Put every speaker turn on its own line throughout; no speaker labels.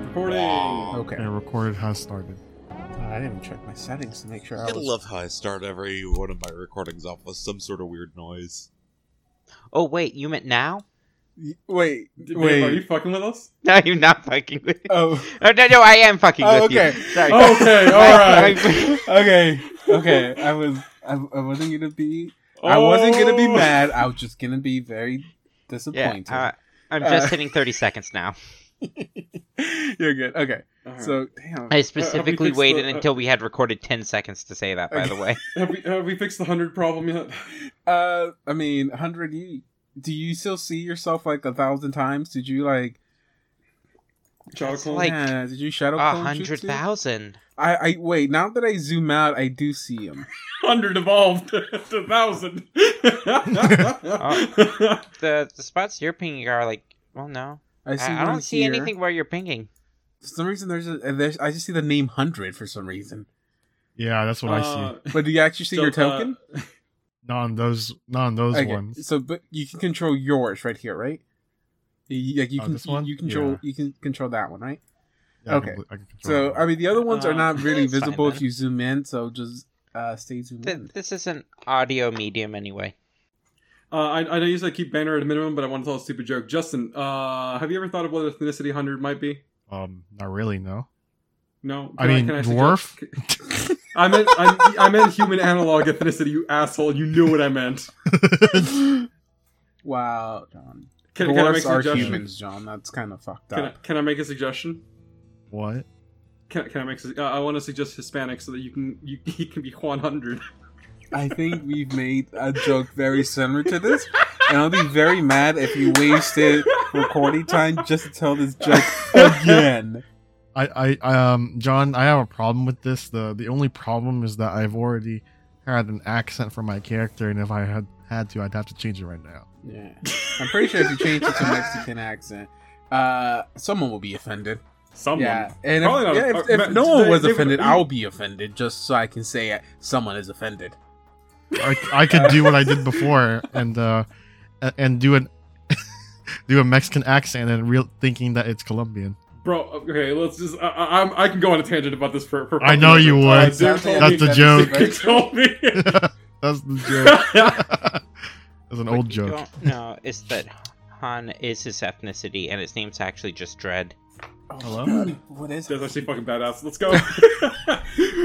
Recording.
Oh,
Okay.
And recorded has started.
I didn't even check my settings to make sure I
I
was.
love how I start every one of my recordings off with some sort of weird noise.
Oh wait, you meant now?
Y- Wait,
Did-
wait.
Are you fucking with us?
No, you're not fucking with.
Oh,
Oh no, no, I am fucking
Oh,
with
okay.
you. Sorry.
Okay, all
I-
right.
I-
okay, okay. I was, I, I wasn't gonna be, I wasn't gonna be
Oh.
mad. I was just gonna be very disappointed.
yeah, uh, I'm
Uh,
just hitting 30 seconds now.
You're good. Okay,
All right.
so damn.
I specifically
fixed the-
waited
uh,
until we had recorded 10 seconds to say that. By the way,
have we have we fixed the hundred problem yet?
Uh, I mean, hundred. You do you still see yourself like a thousand times? Did you like?
Child
It's
clone?
like-
yeah, did you shadow?
a
clone
hundred
Jutsu?
thousand.
I, I wait. Now that I zoom out, I do see him.
hundred evolved to thousand.
The the spots you're pinging are like, well, no,
I see.
I, I
one
don't see
here.
anything where you're pinging.
For some reason, there's a and there's. I just see the name hundred for some reason.
Yeah, that's what I see.
But do you actually see
Uh, So,
your
uh,
token?
Not on those, not on those
okay.
ones.
So, but you can control yours right here, right? You, like you
Oh,
can
this one?
you control
Yeah.
you can control that one, right?
Yeah, I
okay.
can- I can control
So,
that.
I mean, the other ones are
Uh,
not really
it's fine
visible if
then.
you zoom in. So just uh, stay zoomed
Th-
in.
this is an audio medium anyway.
uh, I, I know you said keep banner at a minimum, but I want to tell a stupid joke. Justin, uh, have you ever thought of what ethnicity hundred might be?
um, not really. No.
No,
I mean,
suggest- I meant I, I meant human analog ethnicity. You asshole! You knew what I meant.
Wow, John.
Can, can I make
Dwarfs
a
are
suggestion?
humans, John. That's kind of fucked
Can I,
up.
can I make a suggestion?
what?
Can, can I make? a- Uh, I want to suggest Hispanic so that you can you he can be Juan Hundred.
I think we've made a joke very similar to this, and I'll be very mad if you wasted recording time just to tell this joke again.
Oh, I, I, um, John, I have a problem with this. the The only problem is that I've already had an accent for my character, and if I had had to, I'd have to change it right now.
Yeah, I'm pretty sure if you change it to a Mexican accent, uh, someone will be offended.
Someone.
Yeah, and if,
Probably not-
yeah, if,
uh,
if
but
no one
they-
was
they would-
offended, I'll be offended just so I can say uh, someone is offended.
I, I could do what I did before, and uh, a- and do an do a Mexican accent and real thinking that it's Colombian.
Bro, okay, let's just. I, I, I'm- I can go on a tangent about this for. for
I know you would.
Uh, Zero
That's
told
That's
me-
the
Zero
joke.
told me.
That's the joke. That's an old
But you
joke.
don't- No, it's that Han is his ethnicity, and his name's actually just Dread.
Hello?
Oh, What is
That's actually fucking badass. Let's go.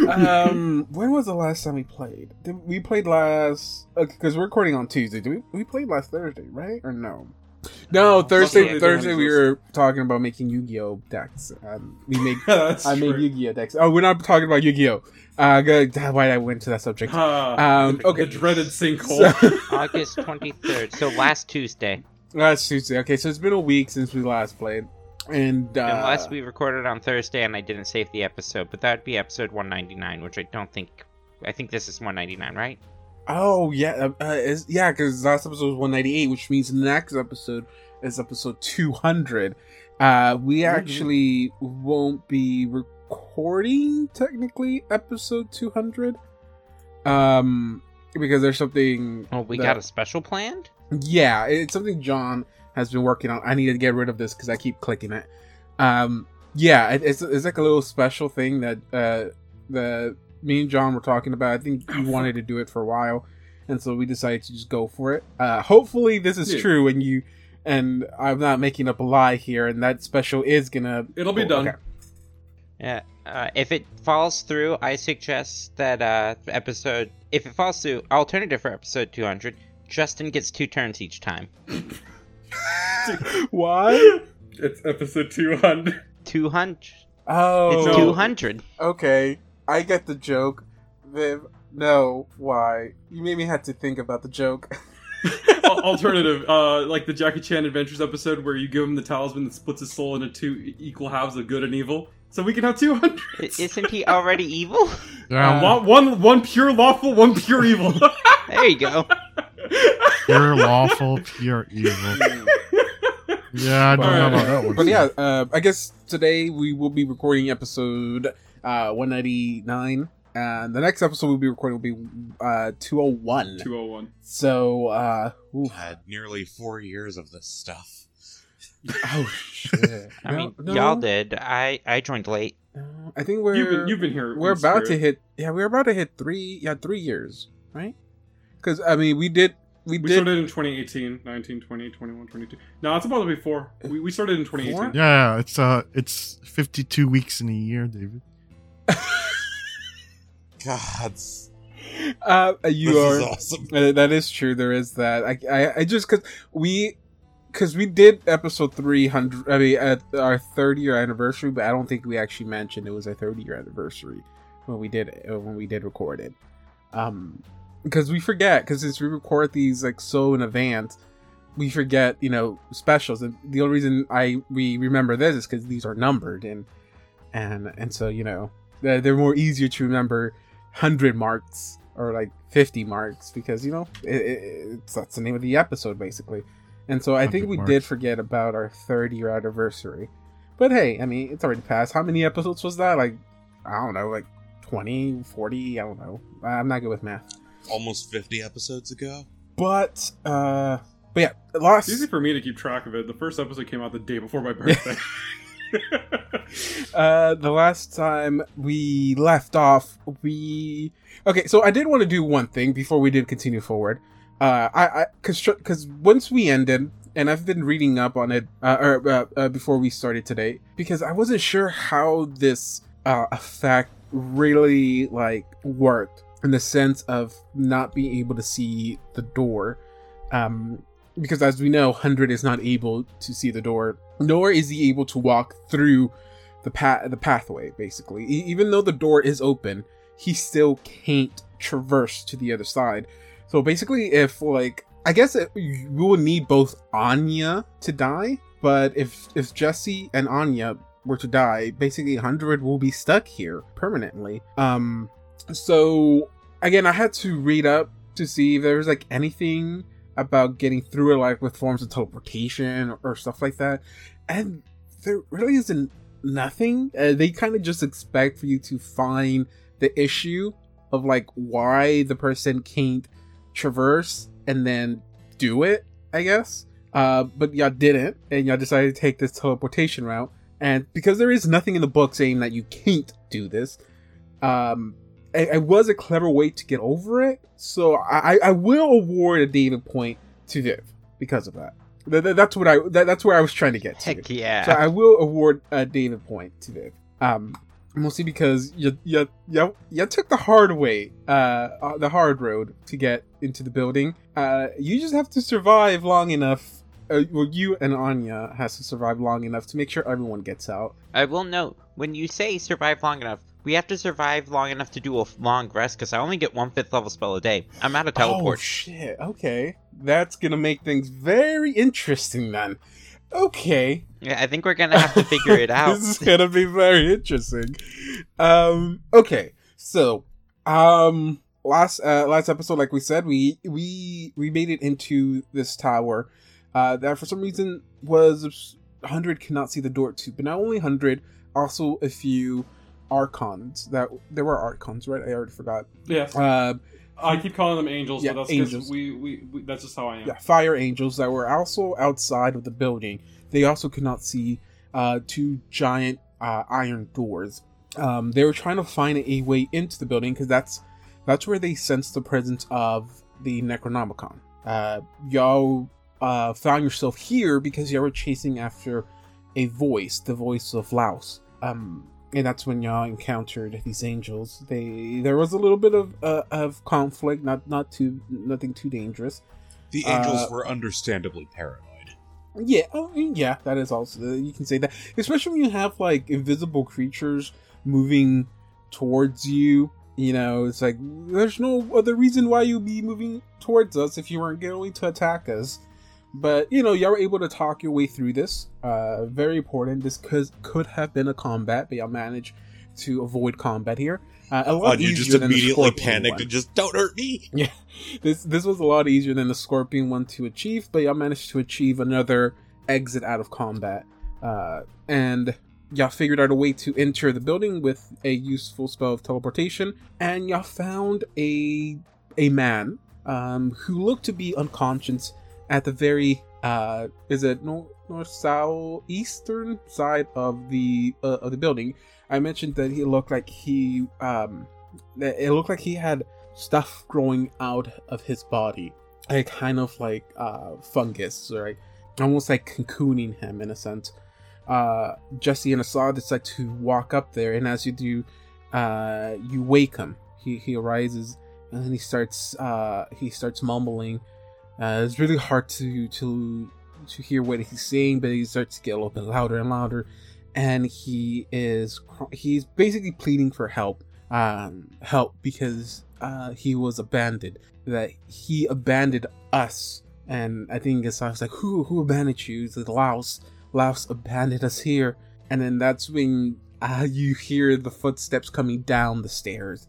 um, when was the last time we played? Did, we played last because we're recording on Tuesday. Did we we played last Thursday, right? Or no? No, Thursday.
Thursday.
Thursday we were talking about making Yu-Gi-Oh decks. Um, we make
That's
I made
true.
Yu-Gi-Oh decks. Oh, we're not talking about Yu-Gi-Oh. Uh, good. Why I went to that subject?
Ah,
Um,
the-
okay.
The dreaded sinkhole.
August 23rd, so last Tuesday.
Last Tuesday. Uh, Okay, so it's been a week since we last played, and uh,
Unless we recorded on Thursday and I didn't save the episode, but that would be episode 199, which I don't think. I think this is 199, right?
Oh yeah, uh, uh, is, yeah, because last episode was 198, which means the next episode is episode 200. Uh, we actually won't be recording technically episode 200, um, because there's something.
Well, Oh, we
that-
got a special planned?
yeah, it's something John has been working on. I need to get rid of this because I keep clicking it. Um, yeah, it, it's it's like a little special thing that uh, the me and John were talking about. I think you wanted to do it for a while, and so we decided to just go for it. Uh, hopefully, this is
Yeah.
true, and you and I'm not making up a lie here, and that special is gonna
It'll be
Oh,
done.
okay.
Yeah. Uh, if it falls through, I suggest that uh, episode. If it falls through, alternative for episode 200, Justin gets two turns each time.
Why?
It's episode 200.
200.
Oh,
It's
No.
200.
okay. I get the joke. Viv, no, why? You made me have to think about the joke.
Al- Alternative, uh, like the Jackie Chan Adventures episode where you give him the talisman that splits his soul into two e- equal halves of good and evil. So we can have 200.
I- Isn't he already evil?
Yeah,
Um,
Uh,
One, one, one pure lawful, one pure evil.
There you go.
pure lawful, pure evil. Yeah, I don't know about that one.
But yeah, uh, I guess today we will be recording episode uh, 199. And the next episode we'll be recording will be uh, 201.
201.
So, uh, oof.
I had nearly four years of this stuff.
Oh shit!
I
No,
mean,
no.
y'all did. I I joined late.
Uh, I think we're
You've been, you've been here.
we're about to hit. Yeah, we're about to hit three. Yeah, three years, right? Because I mean, we did. We,
We
did.
started in 2018, 19, 20, 21, 22. No, it's about to be four. We, we started in 2018.
Four?
Yeah, yeah, it's uh, it's fifty-two weeks in a year, David.
God,
Uh, you
this
are.
is awesome.
Uh, That is true. There is that. I I, I just because we because we did episode three hundred. I mean, at our third year anniversary, but I don't think we actually mentioned it was our third year anniversary when we did uh, when we did record it. Um, because we forget because since we record these like so in advance, we forget you know specials, and the only reason I we remember this is because these are numbered and and and so you know they're, they're more easier to remember 100 marks or like 50 marks because you know it, it, it's that's the name of the episode basically and so i think
100
we
marks.
did forget about our third year anniversary but hey i mean it's already passed how many episodes was that like i don't know like 20 40 i don't know i'm not good with math
Almost 50 episodes ago.
but uh but yeah last
It's easy for me to keep track of it. The first episode came out the day before my birthday.
uh the last time we left off we okay so i did want to do one thing before we did continue forward uh i i because because once we ended and i've been reading up on it uh, or, uh, uh before we started today because i wasn't sure how this uh effect really like worked in the sense of not being able to see the door um because as we know hundred is not able to see the door nor is he able to walk through the path the pathway basically E- even though the door is open he still can't traverse to the other side so basically if like i guess it, you will need both anya to die but if if jesse and anya were to die basically 100 will be stuck here permanently um so again i had to read up to see if there was like anything about getting through it like with forms of teleportation or, or stuff like that and there really isn't nothing uh, they kind of just expect for you to find the issue of like why the person can't traverse and then do it i guess uh, but y'all didn't and y'all decided to take this teleportation route and because there is nothing in the book saying that you can't do this um it, it was a clever way to get over it so i i will award a david point to viv because of that Th- th- that's what i that, that's where i was trying to get to
Heck yeah.
so I will award a David point to Viv. Um, mostly because you you you, you took the hard way, uh, uh, the hard road to get into the building. Uh, you just have to survive long enough. Uh, well, you and Anya has to survive long enough to make sure everyone gets out.
I will note when you say survive long enough, we have to survive long enough to do a f- long rest because I only get one fifth level spell a day. I'm out of
Oh
teleport.
shit! Okay, that's gonna make things very interesting then. Okay,
yeah, I think we're gonna have to figure it out.
this is gonna be very interesting. Um, okay, so um, last uh, last episode, like we said, we we we made it into this tower uh, that for some reason was hundred cannot see the door to, but not only hundred, also a few archons that there were archons, right? I already forgot.
yeah,
Uh,
I keep calling them angels,
Yeah,
but that's
angels.
because we, we, we that's just how I am.
yeah, fire angels that were also outside of the building. They also could not see uh, two giant uh, iron doors. Um, they were trying to find a way into the building because that's that's where they sensed the presence of the Necronomicon. Uh, y'all uh, found yourself here because y'all were chasing after a voice, the voice of Laos. Um, and that's when y'all encountered these angels. They there was a little bit of uh, of conflict, not not too nothing too dangerous.
The
Uh,
angels were understandably paranoid.
Yeah, oh, yeah, that is also you can say that, especially when you have like invisible creatures moving towards you. You know, it's like there's no other reason why you'd be moving towards us if you weren't going to attack us. But you know, y'all were able to talk your way through this. Uh, very important. This could could have been a combat, but y'all managed to avoid combat here. Uh, a lot
God, you
easier
just
than the
immediately
Scorpion
panicked
one.
and just don't hurt me.
Yeah, this this was a lot easier than the scorpion one to achieve, but y'all managed to achieve another exit out of combat, uh, and y'all figured out a way to enter the building with a useful spell of teleportation, and y'all found a a man um, who looked to be unconscious at the very uh is it north, north south eastern side of the uh, of the building i mentioned that he looked like he um that it looked like he had stuff growing out of his body like kind of like uh fungus or like almost like cocooning him in a sense uh jesse and assad decide to walk up there and as you do uh you wake him he he arises and then he starts uh he starts mumbling uh, it's really hard to to to hear what he's saying, but he starts to get a little bit louder and louder, and he is cr- he's basically pleading for help, um, help because uh, he was abandoned. That he abandoned us, and I think it's I was like, who who abandoned you? It's like, Laos, Laos abandoned us here, and then that's when uh, you hear the footsteps coming down the stairs,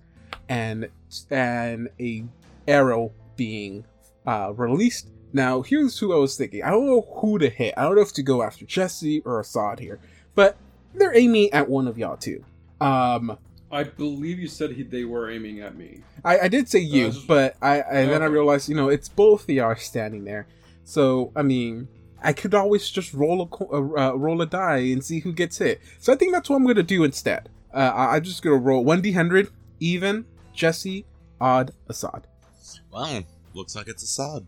and and a arrow being uh, released. Now, here's who I was thinking. I don't know who to hit. I don't know if to go after Jesse or Assad here, but they're aiming at one of y'all too. Um,
I believe you said he, they were aiming at me.
I, I did say you,
Uh, just-
but I, I then I
Okay.
realized you know it's both of y'all standing there. So I mean, I could always just roll a co- uh, uh, roll a die and see who gets hit. So I think that's what I'm gonna do instead. Uh, I, I'm just gonna roll one d hundred, even Jesse, odd Assad.
Wow, looks like it's Assad.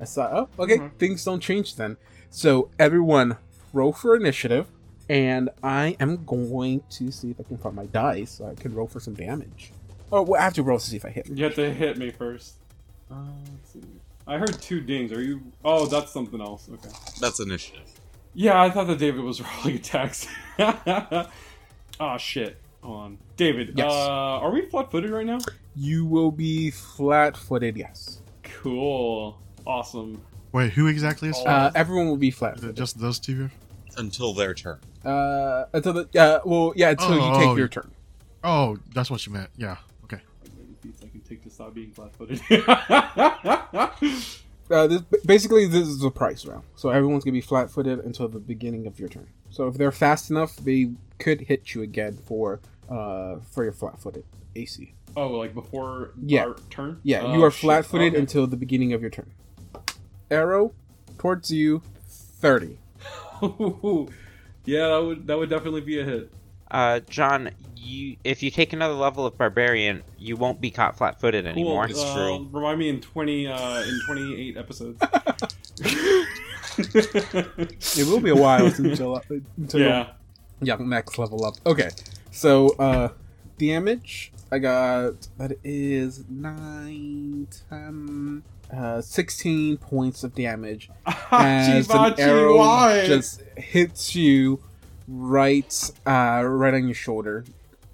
I saw. Oh, okay.
Mhm.
Things don't change then. So everyone, roll for initiative, and I am going to see if I can find my dice so I can roll for some damage. Oh, well, I have to roll to see if I hit.
You have to hit me first. Uh, let's see. I heard two dings. Are you? Oh, that's something else. Okay.
That's initiative.
Yeah, I thought that David was rolling attacks. oh shit. Hold on, David.
Yes.
Uh, are we flat-footed right now?
You will be flat-footed. Yes.
Cool. Awesome.
Wait, who exactly is?
Oh.
Uh, everyone will be
Is it
flat-footed.
just those two here?
Until their turn.
Uh, until the uh, well, yeah, until you
Oh,
take
oh,
your turn.
Oh, that's what you meant. Yeah. Okay.
Beats I can take to stop being flat-footed. okay.
Uh, this, basically, this is the price round. So everyone's gonna be flat-footed until the beginning of your turn. So if they're fast enough, they could hit you again for uh for your flat-footed AC.
Oh, like before
Yeah.
our turn?
Yeah,
Oh,
you are
shit.
flat footed
Okay.
until the beginning of your turn. Arrow towards you, 30.
yeah, that would that would definitely be a hit.
Uh, John, you if you take another level of barbarian, you won't be caught flat-footed anymore.
It's
uh,
true.
Remind me in twenty uh, in twenty eight episodes.
It will be a while until, uh, until
yeah.
yeah, next level up. Okay, so uh, damage, I got that is 9, 10, uh, 16 points of damage. as an
Chibachi,
arrow
Ah, why?
just hits you right uh right on your shoulder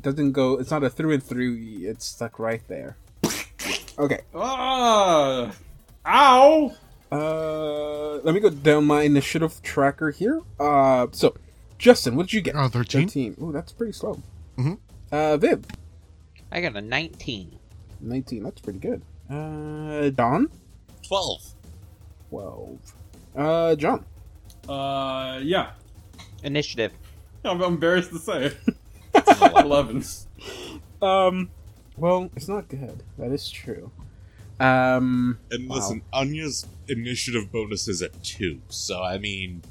doesn't go it's not a through and through it's stuck right there okay
Ah, ow!
uh let me go down my initiative tracker here uh so justin what did you get
Oh, 13?
13 oh that's pretty slow
Mhm.
uh viv
I got a 19.
19 that's pretty good uh don
Twelve.
12 uh john
Uh, yeah.
Initiative.
I'm embarrassed to say.
It's an eleven.
Eleven.
um well it's not good that is true um
and
Wow.
listen, Anya's initiative bonus is at two, so I mean,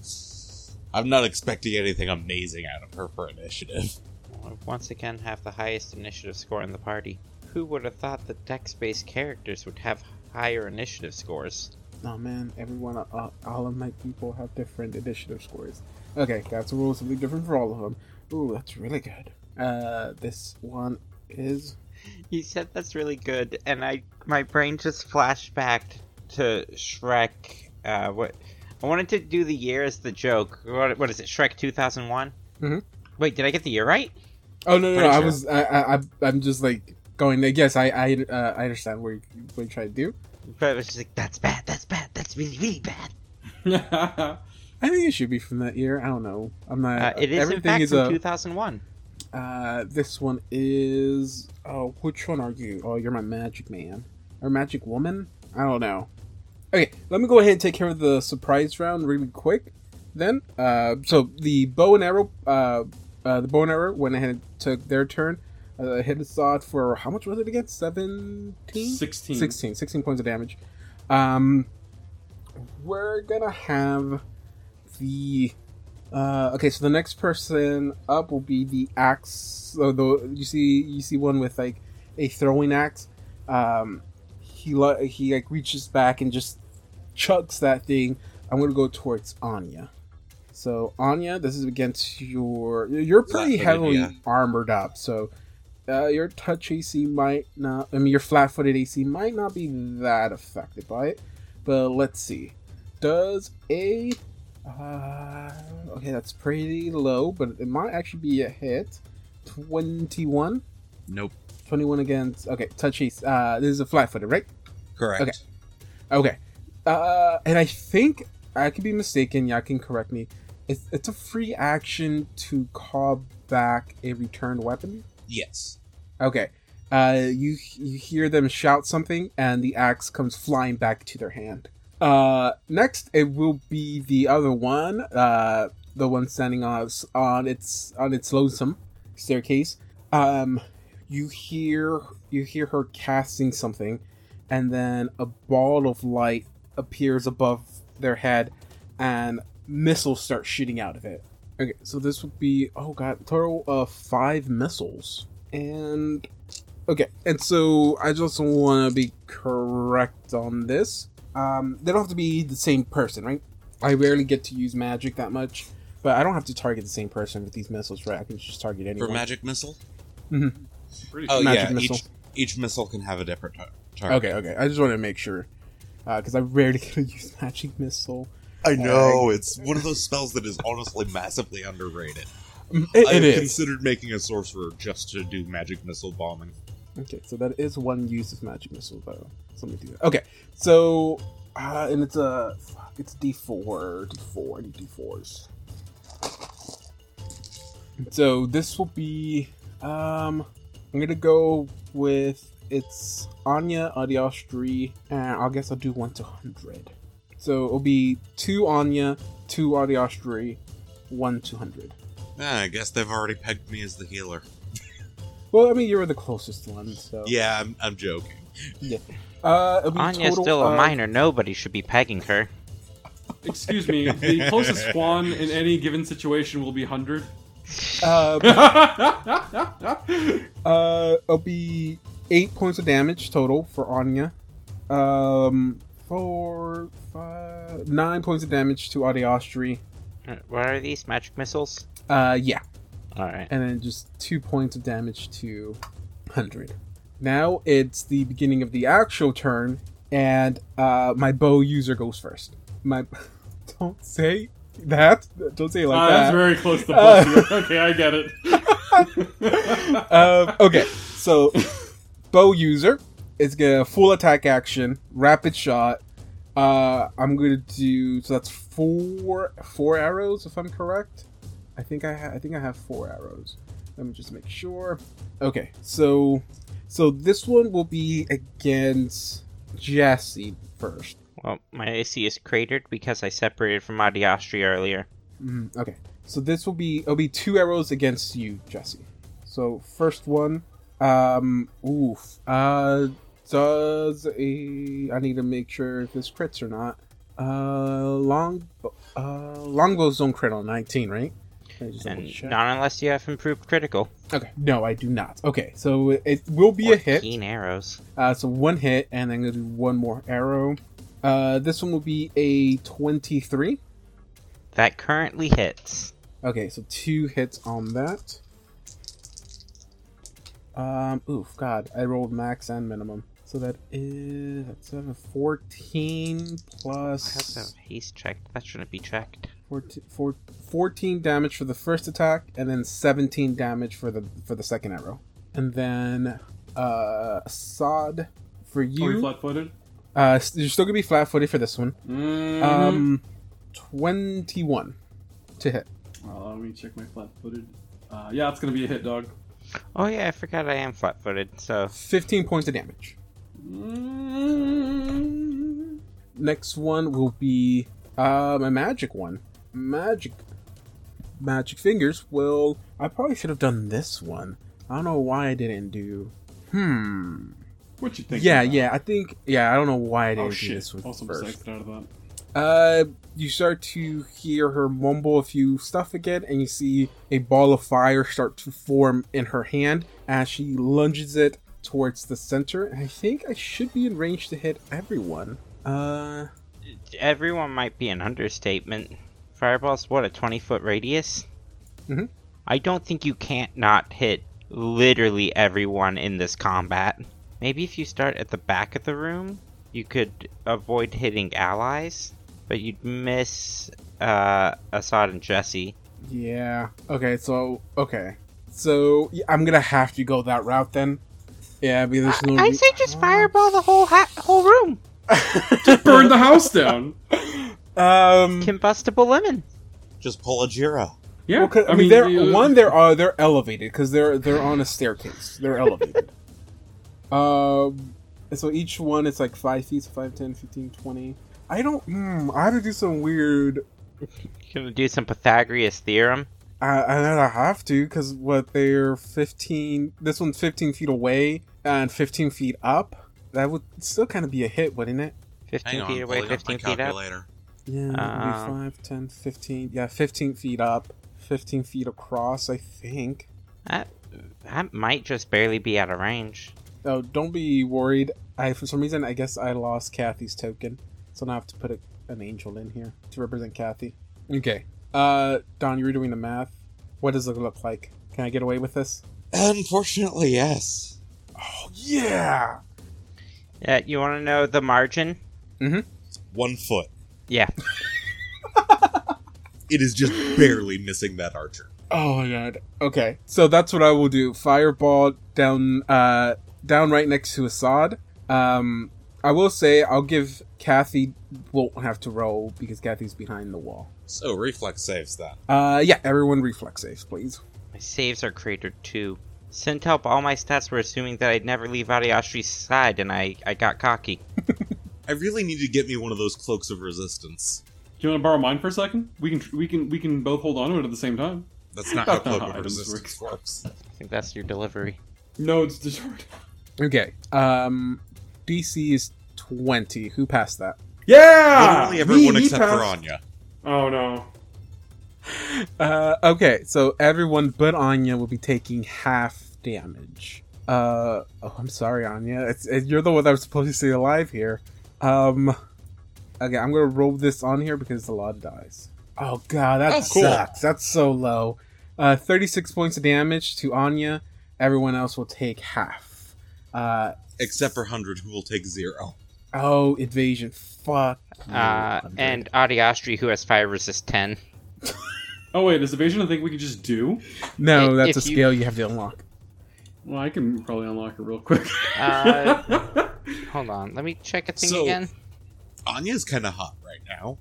I'm not expecting anything amazing out of her for initiative.
Once again, have the highest initiative score in the party. Who would have thought that dex-based characters would have higher initiative scores?
Oh man, everyone, uh, all of my people have different initiative scores. Okay, that's a rule something different for all of them. Ooh, that's really good. Uh, this one is.
You said that's really good, and I my brain just flashed back to Shrek. Uh, what I wanted to do the year as the joke. What, what is it? Shrek two thousand one.
Mhm.
Wait, did I get the year right?
Oh no, no, no I
Pretty
was, I, I, I, I'm just like going. Like, yes, I, I, uh, I understand what you what you're trying to do.
But it was just like that's bad. That's bad. That's really really bad.
I think it should be from that year. I don't know. I'm not.
Uh, it is in
everything
fact
is
from
a.
two thousand one.
Uh, this one is. Oh, which one are you? Oh, you're my magic man or magic woman? I don't know. Okay, let me go ahead and take care of the surprise round really quick. Then, uh, so the bow and arrow, uh, uh, the bow and arrow went ahead and took their turn. Uh, hit the sod for how much was it again? Seventeen.
Sixteen.
16 16 points of damage um we're gonna have the uh, okay. So the next person up will be the axe. So the you see you see one with like a throwing axe. Um, he lo- he like reaches back and just chucks that thing. I'm gonna go towards Anya. So Anya, this is against your you're pretty
Flat-footed,
heavily
yeah.
armored up, so uh, your touch AC might not. I mean, your flat-footed AC might not be that affected by it. But let's see. Does a uh, okay, that's pretty low, but it might actually be a hit. 21?
Nope.
21 against. Okay, touch AC. Uh, this is a flat footed, right?
Correct.
Okay. Okay. Uh, and I think I could be mistaken. Y'all can correct me. It's, it's a free action to call back a returned weapon.
Yes.
Okay. Uh, you you hear them shout something, and the axe comes flying back to their hand. Uh, next, it will be the other one, uh, the one standing on on its on its lonesome staircase. Um, you hear you hear her casting something, and then a ball of light appears above their head, and missiles start shooting out of it. Okay, so this would be oh god, total of five missiles and okay and so i just want to be correct on this um they don't have to be the same person right i rarely get to use magic that much but i don't have to target the same person with these missiles right i can just target anyone
For magic missile?
Mhm.
Pretty
Oh,
Magic
yeah.
missile.
Each, each missile can have a different tar- target.
okay okay i just want to make sure because i rarely get to use magic missile
I know. It's one of those spells that is honestly massively underrated.
Mm, it-
I
it
have
is
considered making a sorcerer just to do magic missile bombing.
Okay, so that is one use of magic missile though. So let me do that. Okay, so uh, and it's a fuck, it's D four, D four, I need D fours. So this will be um I'm gonna go with it's Anya Adiostri, and I guess I'll do one to hundred. So it'll be two Anya, two Adiostri, one to hundred.
Ah, I guess they've already pegged me as the healer.
Well, I mean you were the closest one, so
Yeah, I'm, I'm joking.
Uh, it'll be
Anya's
total
still a
of-
minor. Nobody should be pegging her.
Excuse me. The closest swan in any given situation will be hundred.
Uh,
That's
Uh, it'll be eight points of damage total for Anya. Um, four, five, nine points of damage to Adiostri.
Uh, What are these magic missiles?
Uh, yeah,
All right.
and then just two points of damage to hundred. Now it's the beginning of the actual turn, and uh, my bow user goes first. My, don't say that. Don't say it
Oh,
like that.
Ah, very close to
Uh.
both. okay, I get it.
um, okay, so bow user is gonna full attack action, rapid shot. Uh, I'm gonna do so that's four four arrows if I'm correct. I think I ha- I think I have four arrows. Let me just make sure. Okay, so so this one will be against Jesse first.
Well, my AC is cratered because I separated from Adiastri earlier.
Mm, okay, so this will be it'll be two arrows against you, Jesse. So first one, um, oof, uh, does a I need to make sure if this crits or not. Uh, long, uh, longbows don't crit on nineteen, right? Let me just double
And
check.
not unless you have improved critical.
okay, no, I do not. Okay, so it will be a hit.
14 arrows.
Uh, so one hit, and I'm gonna do one more arrow. Uh, this one will be a twenty-three.
That currently hits.
Okay, so two hits on that. Um, oof, God, I rolled max and minimum. So that is that's seven, 14
I have to have
plus
haste checked. That shouldn't be checked.
14, four- 14 damage for the first attack, and then seventeen damage for the for the second arrow, and then uh, sod
Oh,
for
Are we
you.
flat-footed?
Uh, s- you're still gonna be flat-footed for this one.
Mm-hmm.
Mhm.
Um, twenty-one to hit.
Uh, let me check my flat-footed. Uh, yeah, it's gonna be a hit, dog.
Oh yeah, I forgot I am flat-footed. So
Fifteen points of damage.
Mm.
next one will be uh my magic one magic magic fingers will i probably should have done this one i don't know why i didn't do hmm
What you think?
yeah
about?
yeah i think yeah i don't know why i didn't
Oh
do
shit!
this one
Also, I'm
first
psyched out of that.
Uh, you start to hear her mumble a few stuff again, and you see a ball of fire start to form in her hand as she lunges it towards the center. And I think I should be in range to hit everyone. Uh,
Everyone might be an understatement. Fireball's what a twenty foot radius.
Mhm.
I don't think you can't not hit literally everyone in this combat. Maybe if you start at the back of the room, you could avoid hitting allies, but you'd miss uh, Assad and Jesse.
yeah. Okay, so okay, so yeah, I'm gonna have to go that route then. Yeah, because there's no.
I
re-
say just fireball the whole ha- whole room.
Burn the house down.
um.
Combustible lemon.
Just pull a Jira.
Yeah,
Well, 'cause- I, mean, they're
uh,
one. They're uh, they're elevated because they're they're on a staircase. They're elevated. um, and so each one is like five feet, so 5, 10, 15, 20. I don't. Mm, I have to do some weird.
Gonna do some Pythagoras theorem.
I I don't know, I have to because what they're fifteen. This one's fifteen feet away and fifteen feet up. That would still kind of be a hit, wouldn't it?
Fifteen feet away, fifteen feet up.
Yeah, it'd be
Uh,
5, 10, 15. Yeah, 15 feet up, 15 feet across, I think.
That, that might just barely be out of range.
Oh, don't be worried. I for some reason I guess I lost Kathy's token, so now I have to put a, an angel in here to represent Kathy. Okay. Uh, Don, you were doing the math. What does it look like? Can I get away with this?
Unfortunately, yes.
Oh yeah.
Yeah, you want to know the margin?
One foot.
Yeah,
It is just barely missing that archer.
Oh my god. Okay, so that's what I will do. Fireball down, uh, down right next to Assad. Um, I will say I'll give Kathy won't have to roll because Kathy's behind the wall.
So reflex saves that.
Uh, yeah, everyone reflex saves, please.
my saves are cratered too. Sent help. All my stats were assuming that I'd never leave Adayashi's side, and I, I got cocky.
I really need to get me one of those cloaks of resistance.
Do you want to borrow mine for a second? We can we can we can both hold on to it at the same time.
That's not how
That's not
cloak
how
of
items
resistance works.
I think that's your delivery.
No, it's destroyed.
Okay. Um, DC is twenty. Who passed that?
Yeah,
Literally everyone
Me, he
except for
passed.
Anya.
Oh no.
Uh, okay. So everyone but Anya will be taking half damage. Uh, oh, I'm sorry, Anya. It's, it, you're the one that was supposed to stay alive here. Um, okay, I'm gonna roll this on here because it's a lot of dice. Oh god, that
Oh, cool.
sucks. That's so low. Uh, 36 points of damage to Anya. Everyone else will take half. Uh,
Except for 100, who will take zero.
oh, invasion. Fuck. you,
Uh,
100.
and Adayashri, who has fire resist ten.
Oh wait, is evasion a thing we could just do?
No,
If-
that's a
if you-
skill you... have to unlock.
Well, I can probably unlock it real quick.
Uh, Hold on, let me check a thing
So-
again.
Anya's kind of hot right now.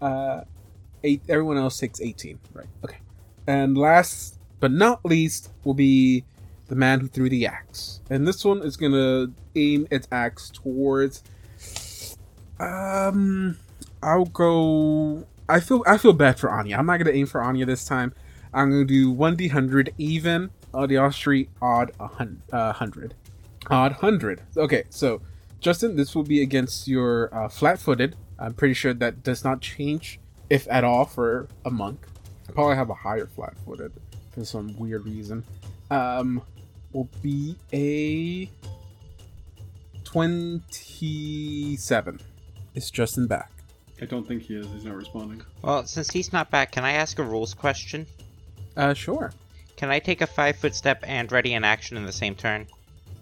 Uh, eight. Everyone else takes eighteen. Right. Okay. And last but not least will be the man who threw the axe. And this one is gonna aim its axe towards. Um, I'll go. I feel I feel bad for Anya. I'm not gonna aim for Anya this time. I'm gonna do one d hundred even. Uh, the Austri odd a hun- uh, hundred. Odd hundred. Okay, so Justin, this will be against your uh, flat footed. I'm pretty sure that does not change, if at all, for a monk. I probably have a higher flat footed for some weird reason. Um, will be a 27. It's Justin back.
I don't think he is. He's not responding.
Well, since he's not back, can I ask a rules question?
Uh, sure.
Can I take a five foot step and ready an action in the same turn?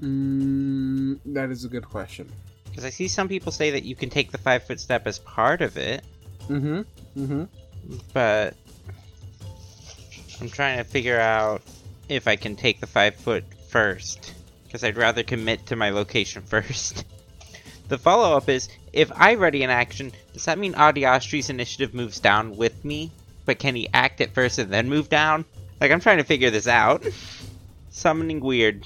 Mm, that is a good question.
Because I see some people say that you can take the five foot step as part of it,
Mm hmm. Mm hmm.
but I'm trying to figure out if I can take the five foot first. Because I'd rather commit to my location first. the follow up is if I ready an action, does that mean Adiastri's initiative moves down with me? But can he act it first and then move down? Like, I'm trying to figure this out. Summoning weird.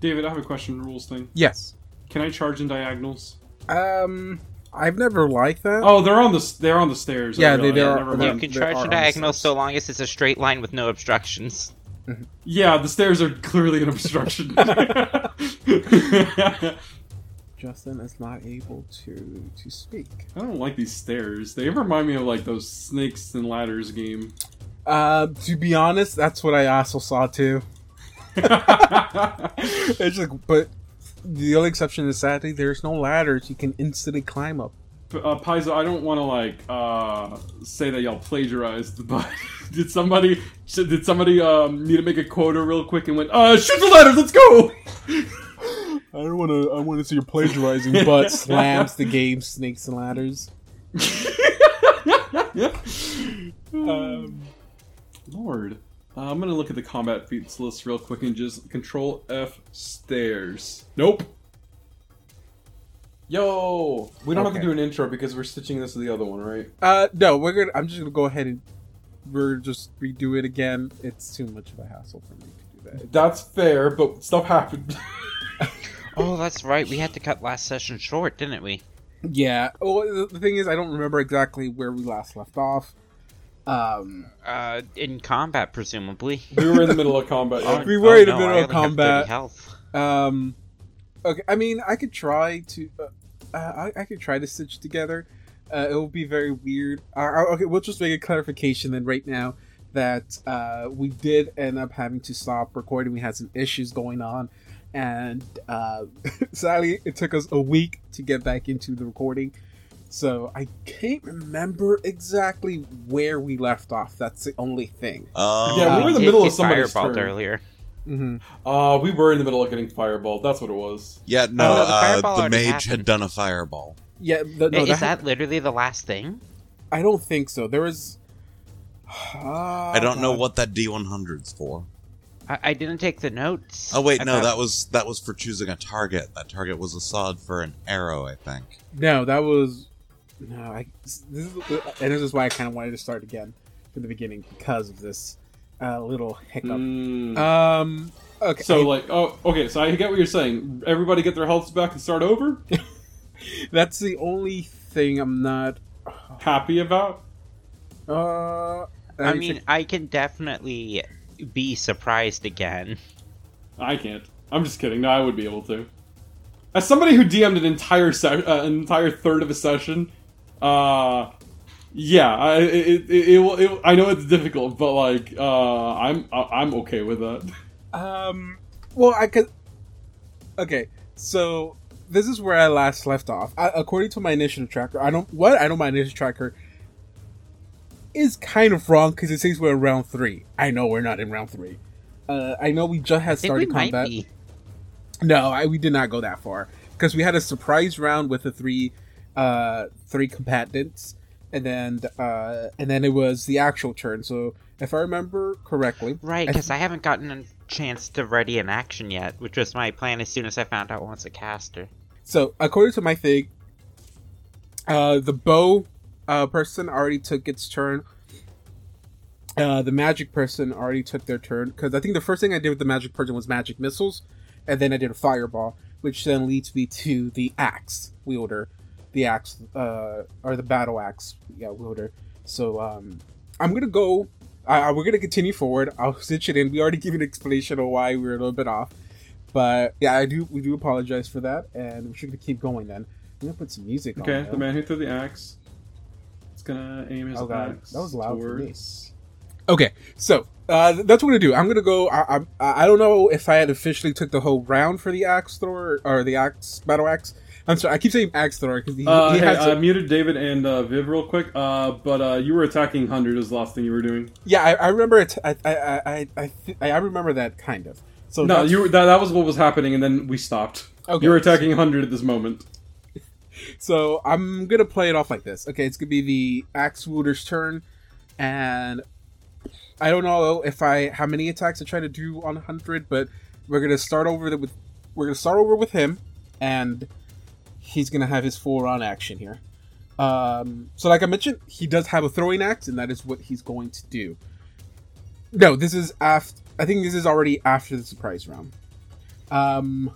David, I have a question. Rules thing.
Yes.
Can I charge in diagonals?
Um, I've never liked that.
Oh, they're on the s- they're on the stairs. I
Yeah, they-
realize.
they are-
Never
they're-
You
mind.
can
there
charge
are
a diagonal
obstacles.
so long as it's a straight line with no obstructions.
Yeah, the stairs are clearly an obstruction.
Justin is not able to to speak.
I don't like these stairs. They remind me of like those snakes and ladders game.
Uh, to be honest, that's what I also saw too.
Uh,
it's like, but the only exception is sadly there's no ladders you can instantly climb up.
P- uh, Paizo, I don't want to like uh, say that y'all plagiarized, but did somebody sh- did somebody um, need to make a quota real quick and went uh, shoot the ladders? Let's go.
I don't want to. I want to see you plagiarizing, but slams the game Snakes and Ladders.
um, Lord, uh, I'm gonna look at the combat feats list real quick and just Control F stairs. Nope. Yo, we don't have
Okay.
to do an intro because we're stitching this to the other one, right?
Uh, no, we're gonna. I'm just gonna go ahead and we're just redo it again. It's too much of a hassle for me to do that.
That's fair, but stuff happened.
Oh, that's right. We had to cut last session short, didn't we?
Yeah. Well, the- the thing is, I don't remember exactly where we last left off. Um,
Uh, in combat, presumably. Oh,
we were in the middle of combat. yeah.
We were in the
no,
middle
I
of
only have
combat.
30 health.
um, okay. I mean, I could try to. Uh, I, I could try to stitch together. Uh, it will be very weird. Uh, uh, okay, we'll just make a clarification then right now that uh, we did end up having to stop recording. We had some issues going on, and uh, sadly, it took us a week to get back into the recording. So I can't remember exactly where we left off. That's the only thing.
Um,
Yeah, we were in the
Oh, did
middle of
get
somebody's
fireballed
turn.
earlier.
Mm-hmm.
Uh, we were in the middle of getting fireballed. That's what it was.
yeah, no,
Oh, no, the
uh,
fireball
the
already
mage
happened.
had done a fireball.
Yeah, the, no, that,
Is that literally the last thing?
I don't think so. There was. Ah,
I don't know
God.
what that D100's for.
I, I didn't take the notes.
Oh wait,
I
no,
thought-
that was that was for choosing a target. That target was a sod for an arrow, I think.
No, that was. No, I. This is, and this is why I kind of wanted to start again from the beginning because of this uh, little hiccup.
Mm.
Um. Okay.
So
So
like, oh, okay. So I get what you're saying. Everybody get their healths back and start over.
that's the only thing I'm not.
Happy about?
Uh.
I mean, I can definitely be surprised again.
I can't. I'm just kidding. No, I would be able to. As somebody who DM'd an entire se- uh, an entire third of a session, uh, yeah, I it, it, it, will- it, I know it's difficult, but like, uh, I'm I- I'm okay with that.
Um. Well, I could. Okay, so this is where I last left off. I, according to my initiative tracker, I don't. What I know my initiative tracker is kind of wrong because it says we're in round three. I know we're not in round three. Uh, I know we just had
I think we
started combat.
might be.
No, I, we did not go that far because we had a surprise round with the three, uh, three combatants, and then uh, and then it was the actual turn. So if I remember correctly,
Right,
I-
because I haven't gotten a chance to ready an action yet, which was my plan as soon as I found out once a caster.
So according to my thing, uh, the bow uh, person already took its turn. Uh, the magic person already took their turn because I think the first thing I did with the magic person was magic missiles, and then I did a fireball, which then leads me to the axe wielder, the axe uh, or the battle axe yeah wielder. So um, I'm gonna go. I, I- we're gonna continue forward. I'll stitch it in. We already gave an explanation of why we were a little bit off. But yeah, I do. We do apologize for that, and we should keep going. Then I'm gonna put some music.
Okay,
on, though.
the man who threw the axe. It's gonna aim his
Oh, God.
axe.
That was loud for me.
towards-
Okay, so uh, th- that's what I'm gonna do. I'm gonna go. I, I I don't know if I had officially took the whole round for the axe thrower or the axe battle axe. I'm sorry, I keep saying axe thrower because he,
Uh,
he
hey,
had to-
I muted David and uh, Viv real quick, uh, but uh, you were attacking Hundred is the last thing you were doing.
yeah, I, I remember it. I I I I, I, th- I remember that kind of. So
No,
that's-
you were, that, that was what was happening, and then we stopped.
Okay.
You were attacking Hundred at this moment.
So I'm gonna play it off like this. Okay, it's gonna be the axe wielder's turn, and I don't know if I how many attacks I try to do on hundred, but we're gonna start over the, with we're gonna start over with him, and he's gonna have his full round action here. Um, so like I mentioned, he does have a throwing axe, and that is what he's going to do. No, this is after. I think this is already after the surprise round. Um,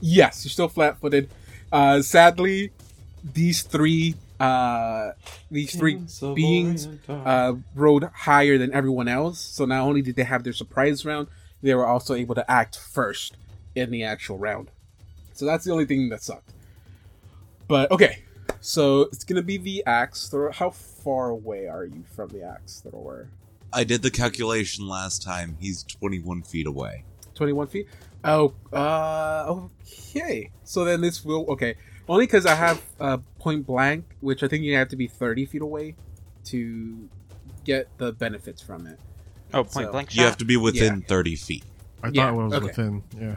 yes, you're still flat-footed. Uh, sadly, these three, uh, these three beings uh, rode higher than everyone else. So not only did they have their surprise round, they were also able to act first in the actual round. So that's the only thing that sucked. But okay, so it's gonna be the axe thrower. How far away are you from the axe thrower?
I did the calculation last time. He's 21 feet away.
21 feet. Oh, uh, okay. So then this will okay. Only because I have uh, point blank, which I think you have to be 30 feet away to get the benefits from it.
Oh, point
So-
blank shot.
You have to be within 30 feet.
I thought
Yeah,
it was
okay.
within. Yeah.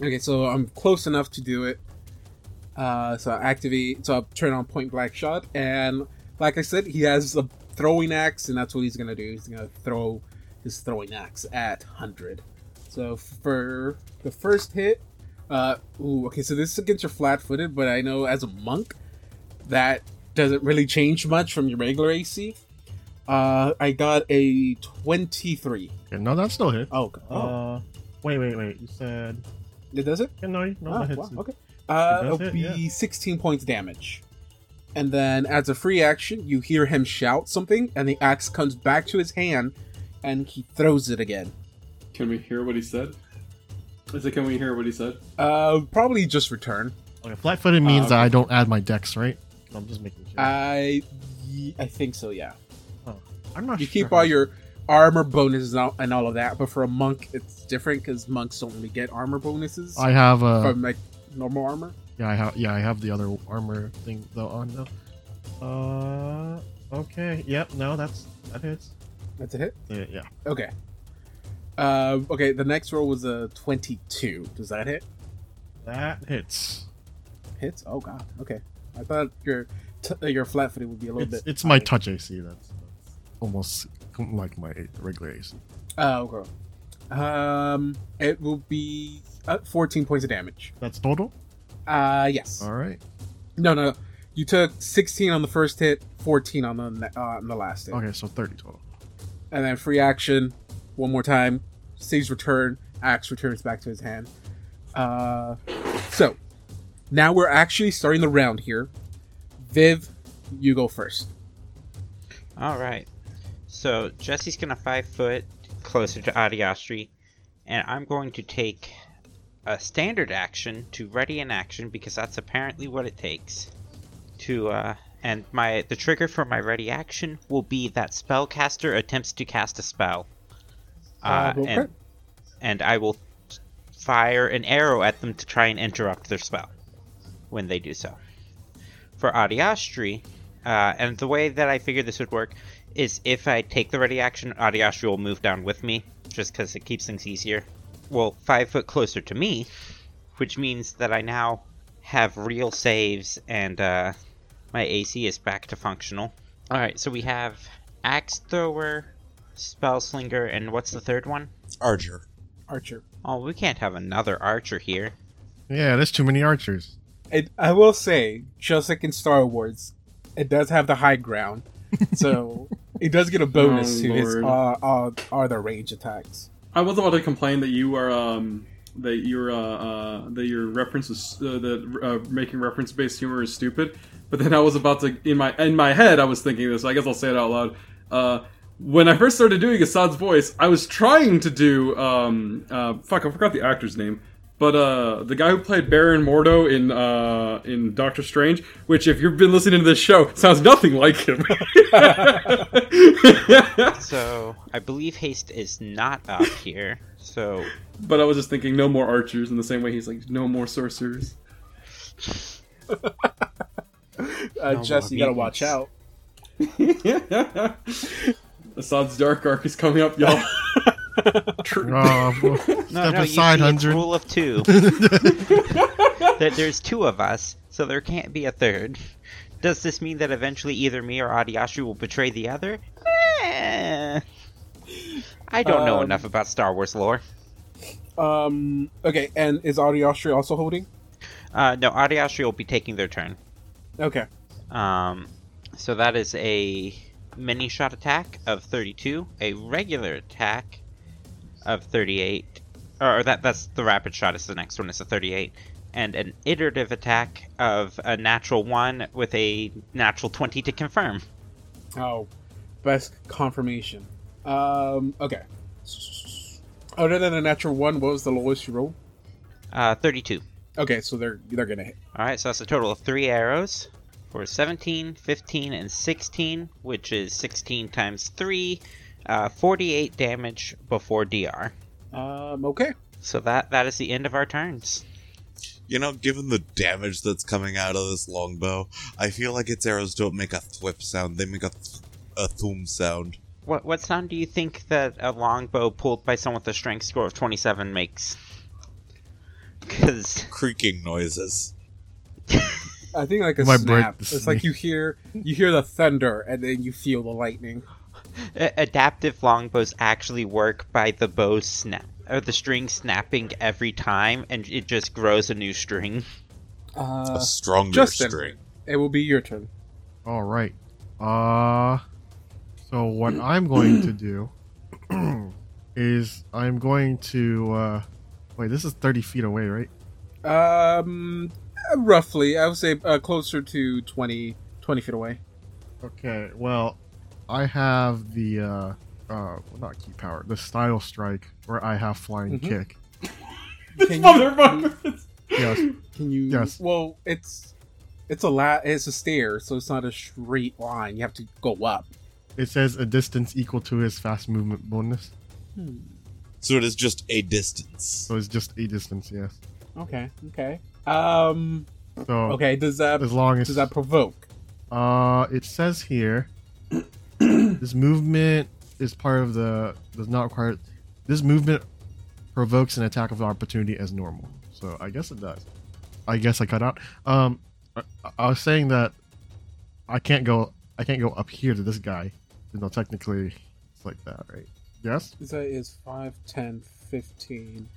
Okay, so I'm close enough to do it. Uh, so I activate. So I'll turn on point blank shot, and like I said, he has a throwing axe, and that's what he's gonna do. He's gonna throw his throwing axe at hundred. So for the first hit, uh, ooh, okay. So this is against your flat-footed, but I know as a monk, that doesn't really change much from your regular AC. Uh, I got a twenty-three.
Okay, no, that's still hit.
Oh, oh.
Uh, wait, wait, wait. You said
it does it.
yeah, no, no,
Ah,
that hits.
wow,
it.
okay. Uh,
It
it'll
does
be
hit,
16 points damage. And then, as a free action, you hear him shout something, and the axe comes back to his hand, and he throws it again.
Can we hear what he said? I said, can we hear what he said?
Uh, probably just return.
Okay, flat.
Flat-footed means
Uh,
that I don't add my dex, right?
I'm just making sure.
I, I think so. Yeah.
I'm not
You
sure.
keep all your armor bonuses and all, and all of that, but for a monk, it's different because monks don't really get armor bonuses
I have uh,
from like normal armor.
yeah, I have yeah, I have the other armor thing though on though.
Uh, okay. Yep. No, that's that hits.
That's a hit.
Yeah. yeah.
Okay. Uh, okay. The next roll was a 22. Does that hit?
That hits.
It's
Hits? Oh god. Okay. I thought your t- uh, your flat footed would be a little
it's,
bit.
it's my touch AC. That's, that's almost like my regular AC.
Oh, okay. Um, it will be uh, 14 points of damage.
That's total.
Uh, yes.
All right.
No, no. You took 16 on the first hit, 14 on the ne- uh, on the last hit,
Okay, so thirty total.
and then free action one more time. Saves return. Axe returns back to his hand. Uh, so now we're actually starting the round here. Viv, you go first.
All right. So Jesse's gonna five foot closer to Adiastri, and I'm going to take a standard action to ready an action because that's apparently what it takes. To uh, and my the trigger for my ready action will be that spellcaster attempts to cast a spell, uh,
Uh, okay.
and and I will fire an arrow at them to try and interrupt their spell when they do so. For Adiastri, uh, and the way that I figured this would work is if I take the ready action, Adiastri will move down with me, just because it keeps things easier. Well, five foot closer to me, which means that I now have real saves and uh, my AC is back to functional. Alright, so we have Axe Thrower, Spell Slinger, and what's the third one?
Archer.
Archer.
Oh, we can't have another archer here.
Yeah, there's too many archers.
It, I will say, just like in Star Wars, it does have the high ground, so it does get a bonus
Oh,
to his
Lord.
uh, uh, other range attacks.
I was about to complain that you are um that your uh, uh that your reference is uh, that uh, making reference based humor is stupid, but then I was about to in my in my head I was thinking this. I guess I'll say it out loud. Uh, when I first started doing Assad's voice, I was trying to do um uh fuck I forgot the actor's name. But uh, the guy who played Baron Mordo in uh, in Doctor Strange, which if you've been listening to this show, sounds nothing like him.
So I believe haste is not up here. So
But I was just thinking, no more archers. In the same way, he's like, no more sorcerers.
Uh,
Oh,
Jess, you gotta watch out.
Assad's dark arc is coming up, y'all.
Uh, well,
no,
step
no, you see,
aside,
it's
hundred.
rule of two. that there's two of us, so there can't be a third. Does this mean that eventually either me or Adiyashi will betray the other? Eh. I don't know
Um,
enough about Star Wars lore.
Um, okay, and is Ariostri also holding?
Uh, no, Adiyashi will be taking their turn.
Okay.
Um, so that is a mini shot attack of 32, a regular attack of 38, or that that's the rapid shot is the next one. It's a 38, and an iterative attack of a natural one with a natural 20 to confirm.
Oh, best confirmation. Um, okay. Other than a natural one, what was the lowest you rolled?
Uh, 32.
Okay, so they're they're gonna hit.
All right, so that's a total of three arrows for 17, 15, and 16, which is 16 times 3, uh, 48 damage before DR.
Um, okay.
So that that is the end of our turns.
You know, given the damage that's coming out of this longbow, I feel like its arrows don't make a thwip sound. They make a, th- a thoom sound.
What what sound do you think that a longbow pulled by someone with a strength score of 27 makes? Because
Creaking noises.
I think like a
My brain
snap.
is
It's like you hear you hear the thunder and then you feel the lightning.
adaptive longbows actually work by the bow snap or the string snapping every time, and it just grows a new string.
A
Uh,
stronger
Justin.
string.
it will be your turn.
All right. Uh so what I'm going to do is I'm going to uh wait, this is 30 feet away, right?
Um, roughly, I would say uh, closer to 20, 20 feet away.
Okay. Well, I have the uh uh not key power, the style strike where I have flying
Mhm.
kick.
This
Can you-
motherfucker.
Yes.
Can you?
Yes.
Well, it's it's a la- it's a stair, so it's not a straight line. You have to go up.
It says a distance equal to his fast movement bonus.
Hmm,
So it is just a distance.
So it's just a distance, yes.
Okay. Okay. Um.
So
Okay. Does that
as long as
does that provoke?
Uh, it says here, this movement is part of the does not require. This movement provokes an attack of opportunity as normal. So I guess it does. I guess I cut out. Um, I, I was saying that I can't go. I can't go up here to this guy. You know, technically, it's like that, right? Yes.
That is 5, 10, 15.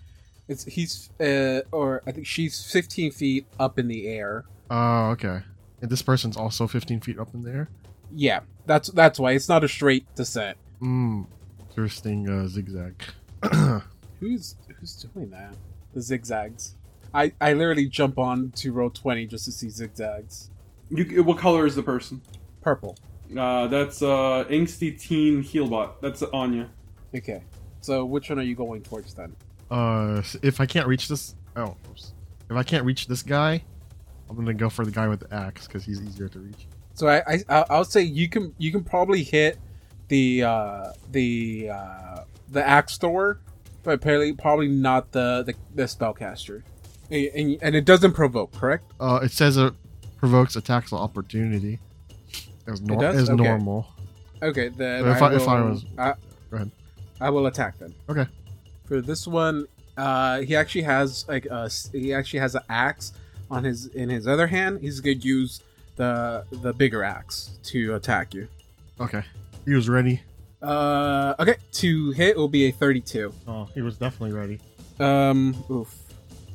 It's he's uh, or I think she's fifteen feet up in the air.
Oh, okay. And this person's also 15 feet up in the air.
Yeah, that's that's why it's not a straight descent.
Hmm. Interesting uh, zigzag.
Who's who's doing that? The zigzags. I I literally jump on to roll twenty just to see zigzags.
You, what color is the person?
Purple.
Uh, that's uh, angsty teen healbot. That's Anya.
Okay. So which one are you going towards then?
Uh, s- if I can't reach this, oh, oops. if I can't reach this guy, I'm gonna go for the guy with the axe because he's easier to reach.
So I, I I'll- I'll say you can you can probably hit the uh the uh the axe thrower, but apparently probably not the the, the spellcaster. And, and, and it doesn't provoke, correct?
Uh, it says it provokes attacks of opportunity. As, nor-
does?
as
Okay.
normal.
Okay, then
If I- if I was-
I,
go ahead.
I will attack then.
Okay.
For this one, uh, he actually has like a s- he actually has an axe on his in his other hand. He's gonna use the the bigger axe to attack you.
Okay, he was ready.
Uh, okay, to hit will be a thirty-two.
Oh, he was definitely ready.
Um, oof.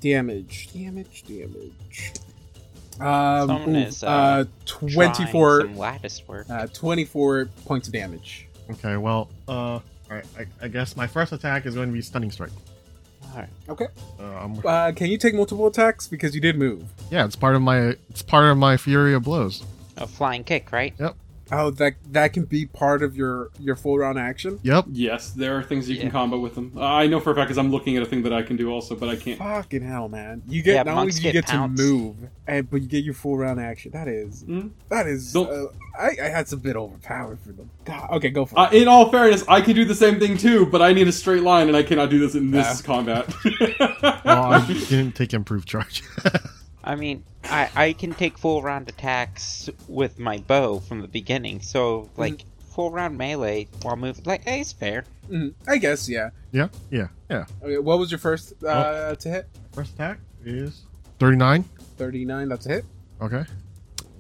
Damage, damage, damage. Um,
Someone
oof,
is, uh,
uh,
Trying
24,
Some lattice work.
uh, 24 points of damage.
Okay, well, uh, all right. I, I guess my first attack is going to be stunning strike.
All right.
Okay.
Uh, I'm,
Uh, can you take multiple attacks because you did move?
yeah, it's part of my it's part of my fury of blows.
A flying kick, right?
Oh, that that can be part of your your full round action.
Yep.
Yes, there are things you can
Yeah.
combo with them. Uh, I know for a fact because I'm looking at a thing that I can do also, but I can't.
Fucking hell, man! You get
Yeah,
not only
monks
do you
get
get
pounced.
to move, and but you get your full round action. That is-
Mhm.
that is.
Don't-
Uh, I, I had some bit overpowered for them. God, okay, go for
Uh,
it.
in all fairness, I could do the same thing too, but I need a straight line, and I cannot do this in this combat.
Well, I didn't take improved charge.
I mean, I, I can take full round attacks with my bow from the beginning, so like full round melee while moving, like eh, it's fair.
Mhm, I guess, yeah.
yeah, yeah, yeah.
Okay, what was your first uh, to hit?
First attack is
Thirty nine.
39 that's a hit
Okay.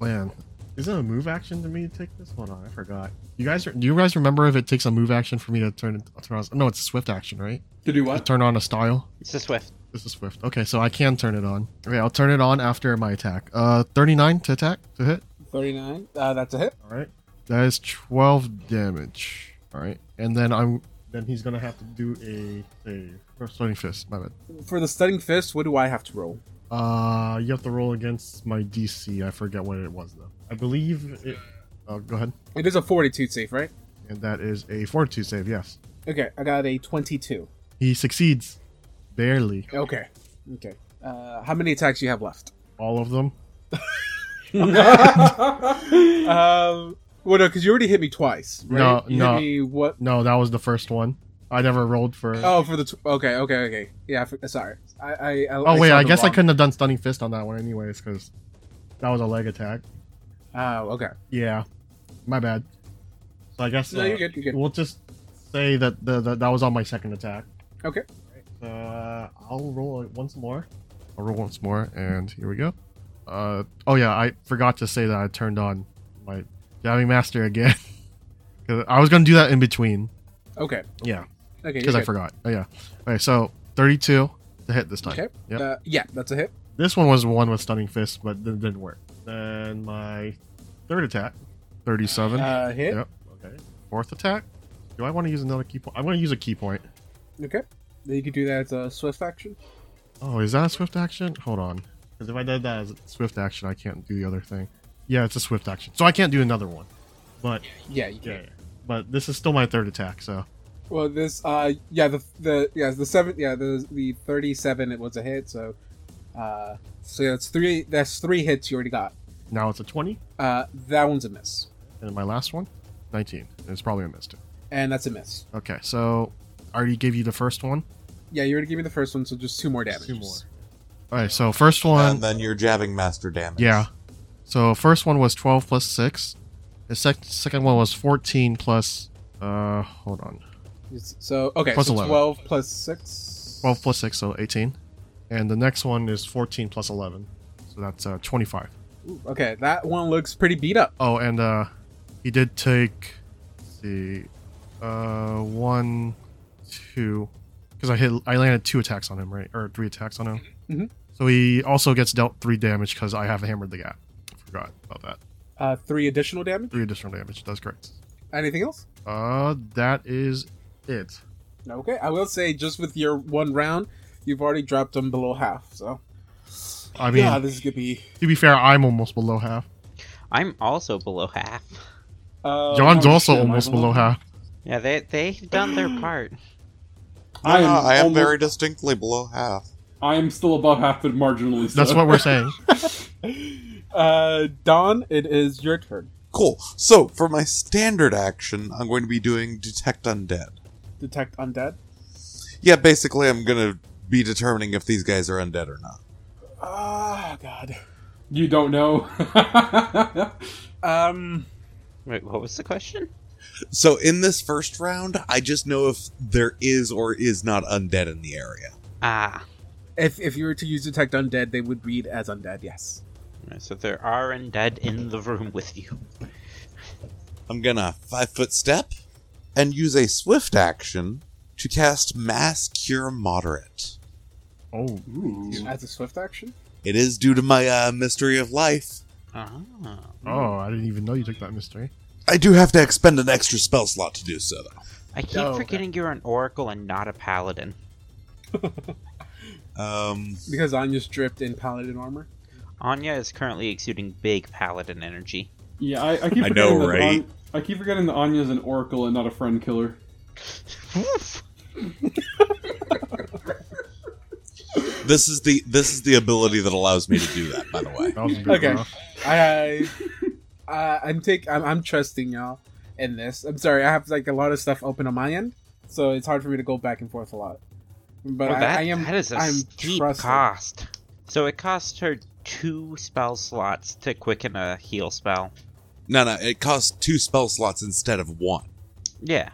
Man, is it a move action to me to take this? Hold on, I forgot. You guys, do you guys remember if it takes a move action for me to turn it? Turn on, no, it's a swift action, right?
to do
To
what?
turn on a style.
It's a swift.
This is swift. Okay, so I can turn it on. Okay, I'll turn it on after my attack. Uh, thirty-nine to attack to hit.
39 uh, that's a hit
all right.
That is twelve damage. All right, and then I'm then he's gonna have to do a save. Or starting fist. My bad.
for the stunning fist what do i have to roll
Uh, you have to roll against my DC. I forget what it was though. I believe it. Oh, go ahead.
it is a 42 safe right
And that is a fortitude save. Yes.
okay i got a 22
He succeeds. Barely.
okay okay Uh, how many attacks you have left?
All of them.
Um, well, no, because you already hit me twice. Right?
No,
you
no.
Hit me what?
No, that was the first one. I never rolled for. Oh,
Oh, for the tw- okay, okay, okay. Yeah, for, sorry. I, I, I
Oh, wait,
saw
I
the
guess I
wrong-
couldn't have done stunning fist on that one anyways because that was a leg attack.
Oh, okay.
Yeah, my bad. So I guess
No,
uh,
you're good. You're good.
we'll just say that the, the that was on my second attack.
Okay.
Uh, I'll roll it once more. I'll roll once more, and here we go. Uh, oh yeah, I forgot to say that I turned on my diving master again. 'Cause I was gonna do that in between.
Okay.
Yeah,
Okay.
because
you're
I
good.
forgot. Oh yeah. Okay, so thirty-two to hit this time.
Okay.
Yep.
Uh, yeah, that's a hit.
This one was one with stunning fist, but it didn't work. Then my third attack, thirty-seven.
Uh, hit.
Yep. Okay. Fourth attack. Do I want to use another key point? I'm going to use a key point.
Okay. Then you can do that as a swift action.
Oh, is that a swift action? Hold on. Because if I did that as a swift action, I can't do the other thing. Yeah, it's a swift action. So I can't do another one. But
Yeah, you can.
yeah, yeah. but this is still my third attack, so
Well, this. Uh, yeah, the the yeah the seven yeah the the thirty seven it was a hit. So, uh, so yeah, that's three. That's three hits you already got.
now it's a 20.
Uh, that one's a miss,
And my last one, 19. It's probably a missed it.
and that's a miss.
Okay, so I already gave you the first one.
Yeah, you already gave me the first one, so just two more damage.
Two more. All right, so first one.
and then your jabbing master damage.
Yeah. So first one was 12 plus 6. The sec- second one was 14 plus. Uh, hold on.
It's- So okay,
Plus
so
11.
twelve plus six.
12 plus 6, so 18. And the next one is 14 plus 11. So that's uh, 25.
Ooh, okay, that one looks pretty beat up.
Oh, and uh, he did take. Let's see. Uh, one, two. Because I hit, I landed two attacks on him, right? Or three attacks on him.
Mhm.
So he also gets dealt three damage because I have hammered the gap. Forgot about that.
Uh, three additional damage.
Three additional damage. That's great.
Anything else?
Uh, that is it.
Okay, I will say just with your one round, you've already dropped them below half. So
I mean,
yeah, this is gonna be.
to be fair, I'm almost below half.
I'm also below half.
Uh,
John's
oh,
also
shit, am I
almost below half.
Yeah, they they've done their part.
No,
I am,
no, Ah, I am
almost-
very distinctly below half.
I am still above half, but marginally. So.
That's what we're saying.
Uh, Don, it is your turn.
Cool. So for my standard action, I'm going to be doing detect undead.
Detect undead.
Yeah, basically, I'm gonna be determining if these guys are undead or not.
Oh God.
you don't know.
Um.
Wait, what was the question?
So in this first round, I just know if there is or is not undead in the area.
Ah,
If, if you were to use detect undead, they would read as undead. Yes.
so there are undead in the room with you.
I'm gonna five foot step and use a swift action to cast mass cure moderate.
Oh,
Ooh.
As a swift action.
It is due to my uh, mystery of life.
Ah,
oh, I didn't even know you took that mystery.
I do have to expend an extra spell slot to do so, though.
I keep
Oh, okay.
forgetting you're an oracle and not a paladin.
Um,
Because Anya's dripped in paladin armor.
Anya is currently exuding big paladin energy.
Yeah, I, I keep.
I
Forgetting
know,
that
right?
An- I keep forgetting that Anya's an oracle and not a friend killer.
Oof.
this is the this is the ability that allows me to do that. By the way,
That was a bit
Okay.
rough.
I, I I- I'm take I'm, I'm trusting y'all in this. I'm sorry, I have like a lot of stuff open on my end, so it's hard for me to go back and forth a lot. But
Well,
I,
Oh, that,
I am
that is a
I'm
steep
trusting.
cost. So it costs her two spell slots to quicken a heal spell.
no, no, it costs two spell slots instead of one.
Yeah.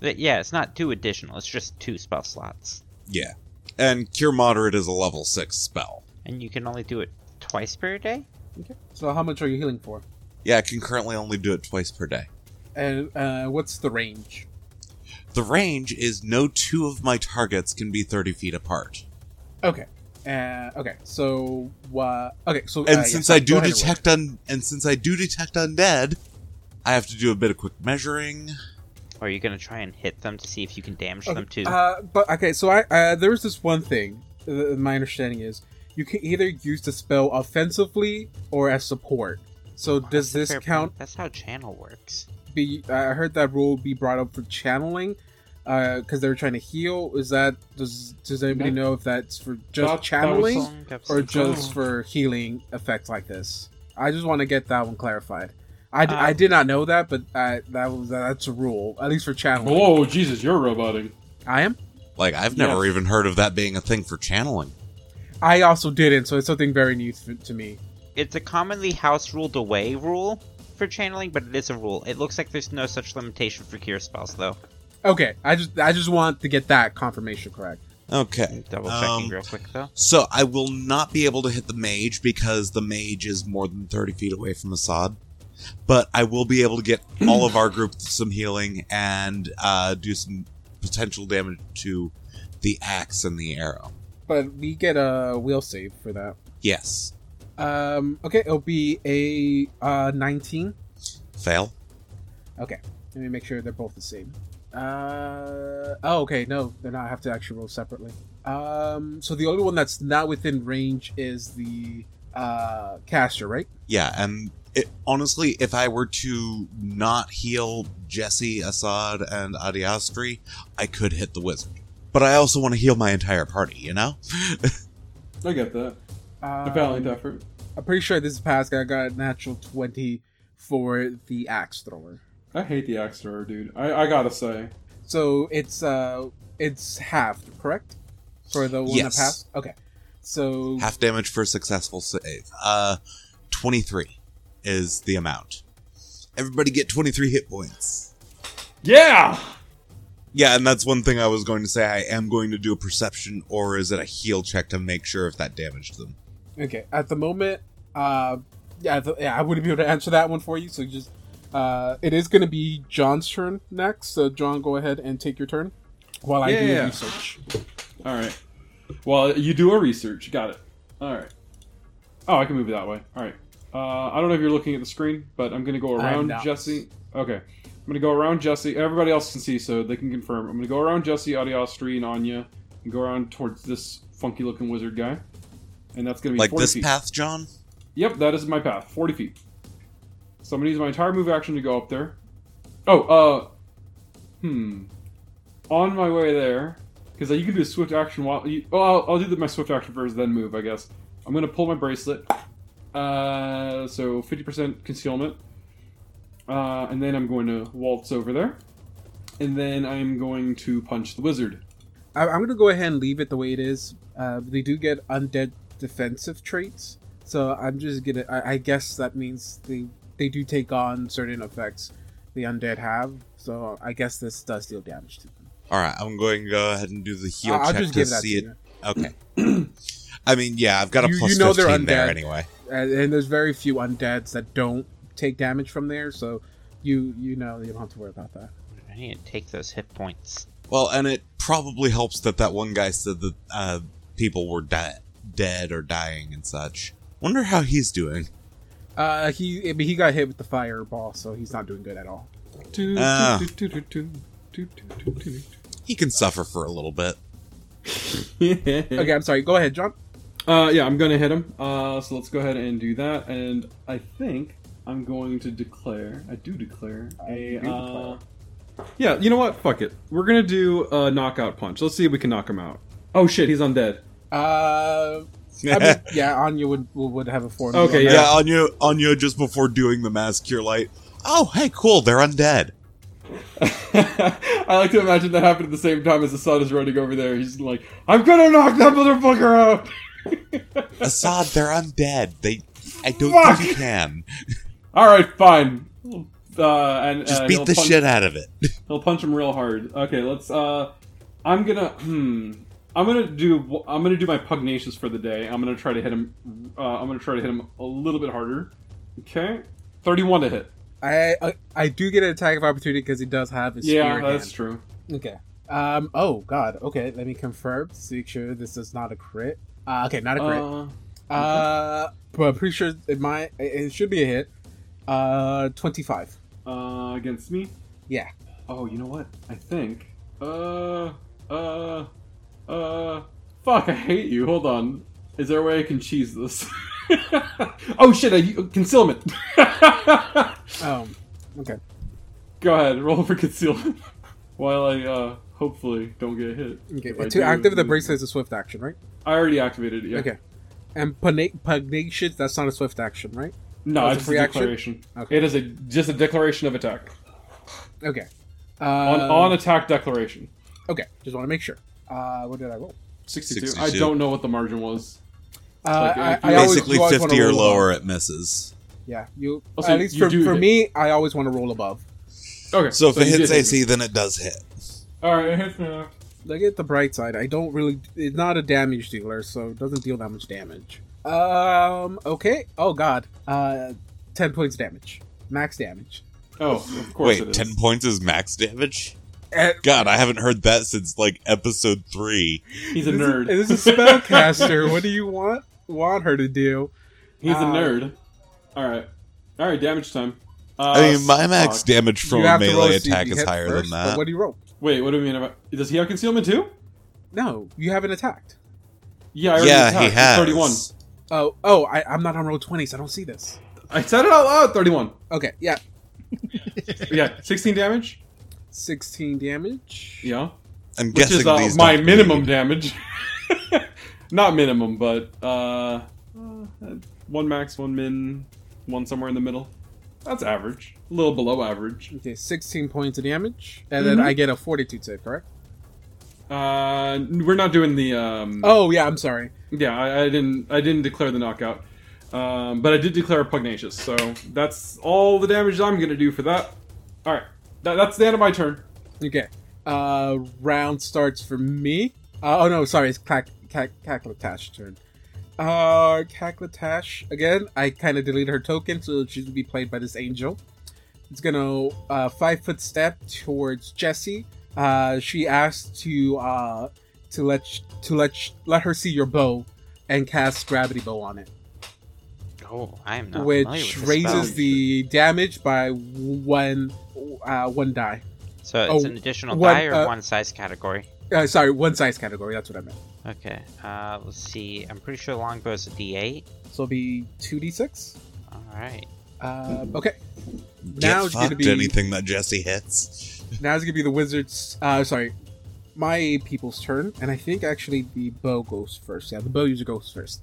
But yeah, it's not two additional, it's just two spell slots.
Yeah, and cure moderate is a level six spell.
And you can only do it twice per day?
So how much are you healing for?
Yeah, I can currently only do it twice per day.
And uh, what's the range?
The range is no two of my targets can be thirty feet apart.
Okay. Uh, okay. So uh, okay. So
and
uh,
since
yes,
I
go
do
ahead and roll.
detect un- and since I do detect undead, I have to do a bit of quick measuring.
Or are you going to try and hit them to see if you can damage them too?
Uh, but okay, so I uh, there was this one thing. Uh, my understanding is you can either use the spell offensively or as support. So does
That's a
this
fair
count?
point. That's how channel works.
Be I heard that rule be brought up for channeling. because they were trying to heal. Is that does does anybody
No.
know if that's for
That-
just
that was
channeling
some-
or
Capsule.
just
Oh.
for healing effects like this? I just want to get that one clarified. I, d-
Um,
I did not know that, but I, that was that's a rule at least for channeling.
Whoa, Jesus, you're roboting.
I am.
Like I've never
Yes.
even heard of that being a thing for channeling.
I also didn't, so it's something very new to, to me.
It's a commonly house ruled away rule for channeling, but it is a rule. It looks like there's no such limitation for cure spells, though.
Okay, I just I just want to get that confirmation correct.
Okay.
Double checking
Um,
real quick, though.
So I will not be able to hit the mage because the mage is more than 30 feet away from Assad. But I will be able to get all of our group some healing and uh, do some potential damage to the axe and the arrow.
But we get a wheel save for that.
Yes.
Um, okay, it'll be a uh, 19.
Fail.
Let me make sure they're both the same. Uh, oh, okay, no, they're not. I have to actually roll separately. Um, so the only one that's not within range is the uh, caster, right?
Yeah, and it, honestly, if I were to not heal Jesse, Assad, and Adiastri, I could hit the wizard. But I also want to heal my entire party, you know?
I get that. A valiant
Um,
effort.
I'm pretty sure this is past. I got a natural 20 for the axe thrower.
I hate the axe thrower, dude. I, I gotta say.
So it's uh, it's halved, correct? For the one
Yes.
that passed. Okay, so
Half damage for a successful save. Uh, 23 is the amount. Everybody get 23 hit points.
Yeah!
Yeah, and that's one thing I was going to say. I am going to do a perception, or is it a heal check to make sure if that damaged them?
Okay, at the moment, uh, yeah, th- yeah, I wouldn't be able to answer that one for you. So just, uh, it is going to be John's turn next. So John, go ahead and take your turn while I do
Yeah.
the research.
Alright. Well, you do a research. Got it. Alright. Oh, I can move it that way. Alright. Uh, I don't know if you're looking at the screen, but I'm gonna go
I'm
around
not.
Jesse. Okay. I'm gonna go around Jesse. Everybody else can see, so they can confirm. I'm gonna go around Jesse, Adiostri, and Anya, and go around towards this funky looking wizard guy. And that's gonna be
Like
40
this
feet.
path, John?
Yep, that is my path. 40 feet. So I'm going to use my entire move action to go up there. Oh, uh. Hmm. On my way there, because you can do a swift action while. You, oh, I'll, I'll do the, my swift action first, then move, I guess. I'm going to pull my bracelet. Uh, so 50% concealment. Uh, and then I'm going to waltz over there. And then I'm going to punch the wizard.
I- I'm going to go ahead and leave it the way it is. Uh, they do get undead defensive traits, so I'm just gonna. I, I guess that means they they do take on certain effects the undead have. So I guess this does deal damage to them.
All right, I'm going to go ahead and do the heal
I- I'll
check
just
to
give that to
see it.
you.
Okay. I mean, yeah, I've got a
You-
plus
you know they're
15 there
undead.
anyway.
and, and there's very few undeads that don't take damage from there, so you you know you don't have to worry about that.
I need to take those hit points.
Well, and it probably helps that that one guy said that uh, people were di- dead or dying and such. Wonder how he's doing.
Uh, he I mean, he got hit with the fireball, so he's not doing good at all.
Ah.
Okay.
He can suffer for a little bit.
Okay, I'm sorry. Go ahead, John.
Uh, yeah, I'm gonna hit him. Uh, so let's go ahead and do that. And I think I'm going to declare. I do declare a.
do declare.
Uh, yeah, you know what? Fuck it. We're gonna do a knockout punch. Let's see if we can knock him out. Oh shit, he's undead.
Uh, I mean, yeah, Anya would would have a four.
Okay,
yeah.
yeah.
Anya, Anya, just before doing the mass cure light. Oh, hey, cool. They're undead.
I like to imagine that happened at the same time as the sun is running over there. He's like, "I'm gonna knock that motherfucker out."
Assad, they're undead. They, I don't
Fuck!
think you can.
All right, fine. Uh, and
Just
uh,
beat
he'll
the
punch-
shit out of it.
He'll punch him real hard. Okay, let's. uh I'm gonna. Hmm. I'm gonna do. I'm gonna do my pugnacious for the day. I'm gonna try to hit him. Uh, I'm gonna try to hit him a little bit harder. Okay, thirty-one to hit.
I, I I do get an attack of opportunity because he does have his
yeah,
spear
that's
hand.
true.
Okay. Um. Oh God. Okay. Let me confirm. to Make sure this is not a crit. Uh, okay, not a crit.
Uh,
Uh, but I'm pretty sure it might. It it should be a hit. Uh, twenty-five.
uh, against me.
Yeah.
Oh, you know what? I think. Uh. Uh. Uh. Fuck! I hate you. Hold on. Is there a way I can cheese this? oh shit! I concealment.
Um. Okay.
Go ahead, roll for concealment. While I uh hopefully don't get hit.
Okay.
If I
to
do,
activate the
then-
bracelet is a swift action, right?
I already activated it. Yeah.
Okay. And pugna- pugnacious, that's not a swift action, right?
No,
Oh,
it's,
it's a free
a
action?
declaration.
Okay.
It is a just a declaration of attack
Okay. Uh,
on on attack declaration.
okay, just want to make sure. Uh, what did I roll?
62.
62.
I don't know what the margin was.
Uh,
like,
I,
if
I
you-
always-
Basically,
you always wanna
50 or
roll
um,
above.
lower, it misses.
Yeah, you.
Also,
at least
Oh, you
for,
do
for
hit.
me, I always want to roll above.
Okay.
So if it
you
hits
did hit
AC,
me.
then it does hit.
All right, it hits me. now.
Look at the bright side. I don't really. It's not a damage dealer, so it doesn't deal that much damage. Um. Okay. Oh God. Uh, ten points damage. Max damage.
Oh, of course it
Wait,
is.
10 points is max damage?
Eh,
God, I haven't heard that since like episode three.
He's a
this
nerd.
Is, this is a spellcaster. what do you want? Want her to do?
He's a
Uh,
nerd. All right. All right. Damage time. Uh,
I mean, my max
fuck.
damage from
You
a
have to roll
melee
to see if
attack
you
is
hit
higher than
first, but
that.
What do you roll?
Wait, what do we mean about? Does he have concealment too?
No, you haven't attacked.
Yeah, I already
Yeah,
attacked.
he
It's
has.
Thirty-one.
Oh, oh, I, I'm not on roll twenty, so I don't see this.
I said it out loud. Thirty-one.
Okay, yeah,
Yeah, sixteen damage.
sixteen damage.
Yeah,
I'm
which
guessing
is uh,
these
my
don't
minimum
bleed.
damage. Not minimum, but uh, uh, one max, one min, one somewhere in the middle. That's average. A little below average.
Okay, sixteen points of damage, and then
Mm-hmm.
I get a fortitude save, correct?
Uh, we're not doing the um.
Oh yeah, I'm sorry.
Yeah, I, I didn't. I didn't declare the knockout, um, but I did declare a pugnacious. So that's all the damage I'm gonna do for that. All right, that, that's the end of my turn.
Okay, uh, round starts for me. Uh, oh no, sorry, it's Clack Clack Cackletash turn. Uh, Cackletash again. I kind of deleted her token, so she's gonna be played by this angel. It's gonna uh, five foot step towards Jesse. Uh, she asks to uh, to let to let let her see your bow, and cast gravity bow on it.
Oh, I am not. familiar
which
with this
raises
spell.
the damage by one uh, one die.
So it's
oh,
an additional
one,
die or
uh,
one size category.
Uh, sorry, one size category. That's what I meant.
Okay. Uh, let's see. I'm pretty sure longbow is a D8.
So it'll be two d six.
All right.
Uh, okay,
Get
now it's gonna
fucked,
be-
anything that Jesse hits.
now it's gonna be the wizard's. Uh, sorry, my people's turn, and I think actually the bow goes first. Yeah, the bow user goes first.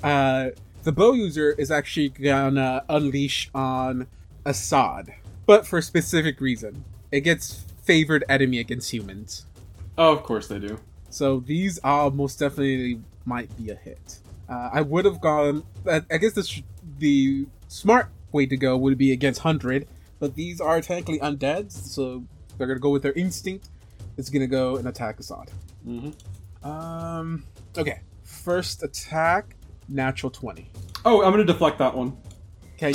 Uh, the bow user is actually gonna unleash on Assad, but for a specific reason. It gets favored enemy against humans.
Oh, of course they do.
So these are most definitely might be a hit. Uh, I would have gone. I I guess the the smart way to go would be against hundred, but these are technically undead, so they're gonna go with their instinct. It's gonna go and attack Assad.
Mm-hmm.
hmm
Um. Okay. First attack, natural twenty.
Oh, I'm gonna deflect that one.
Can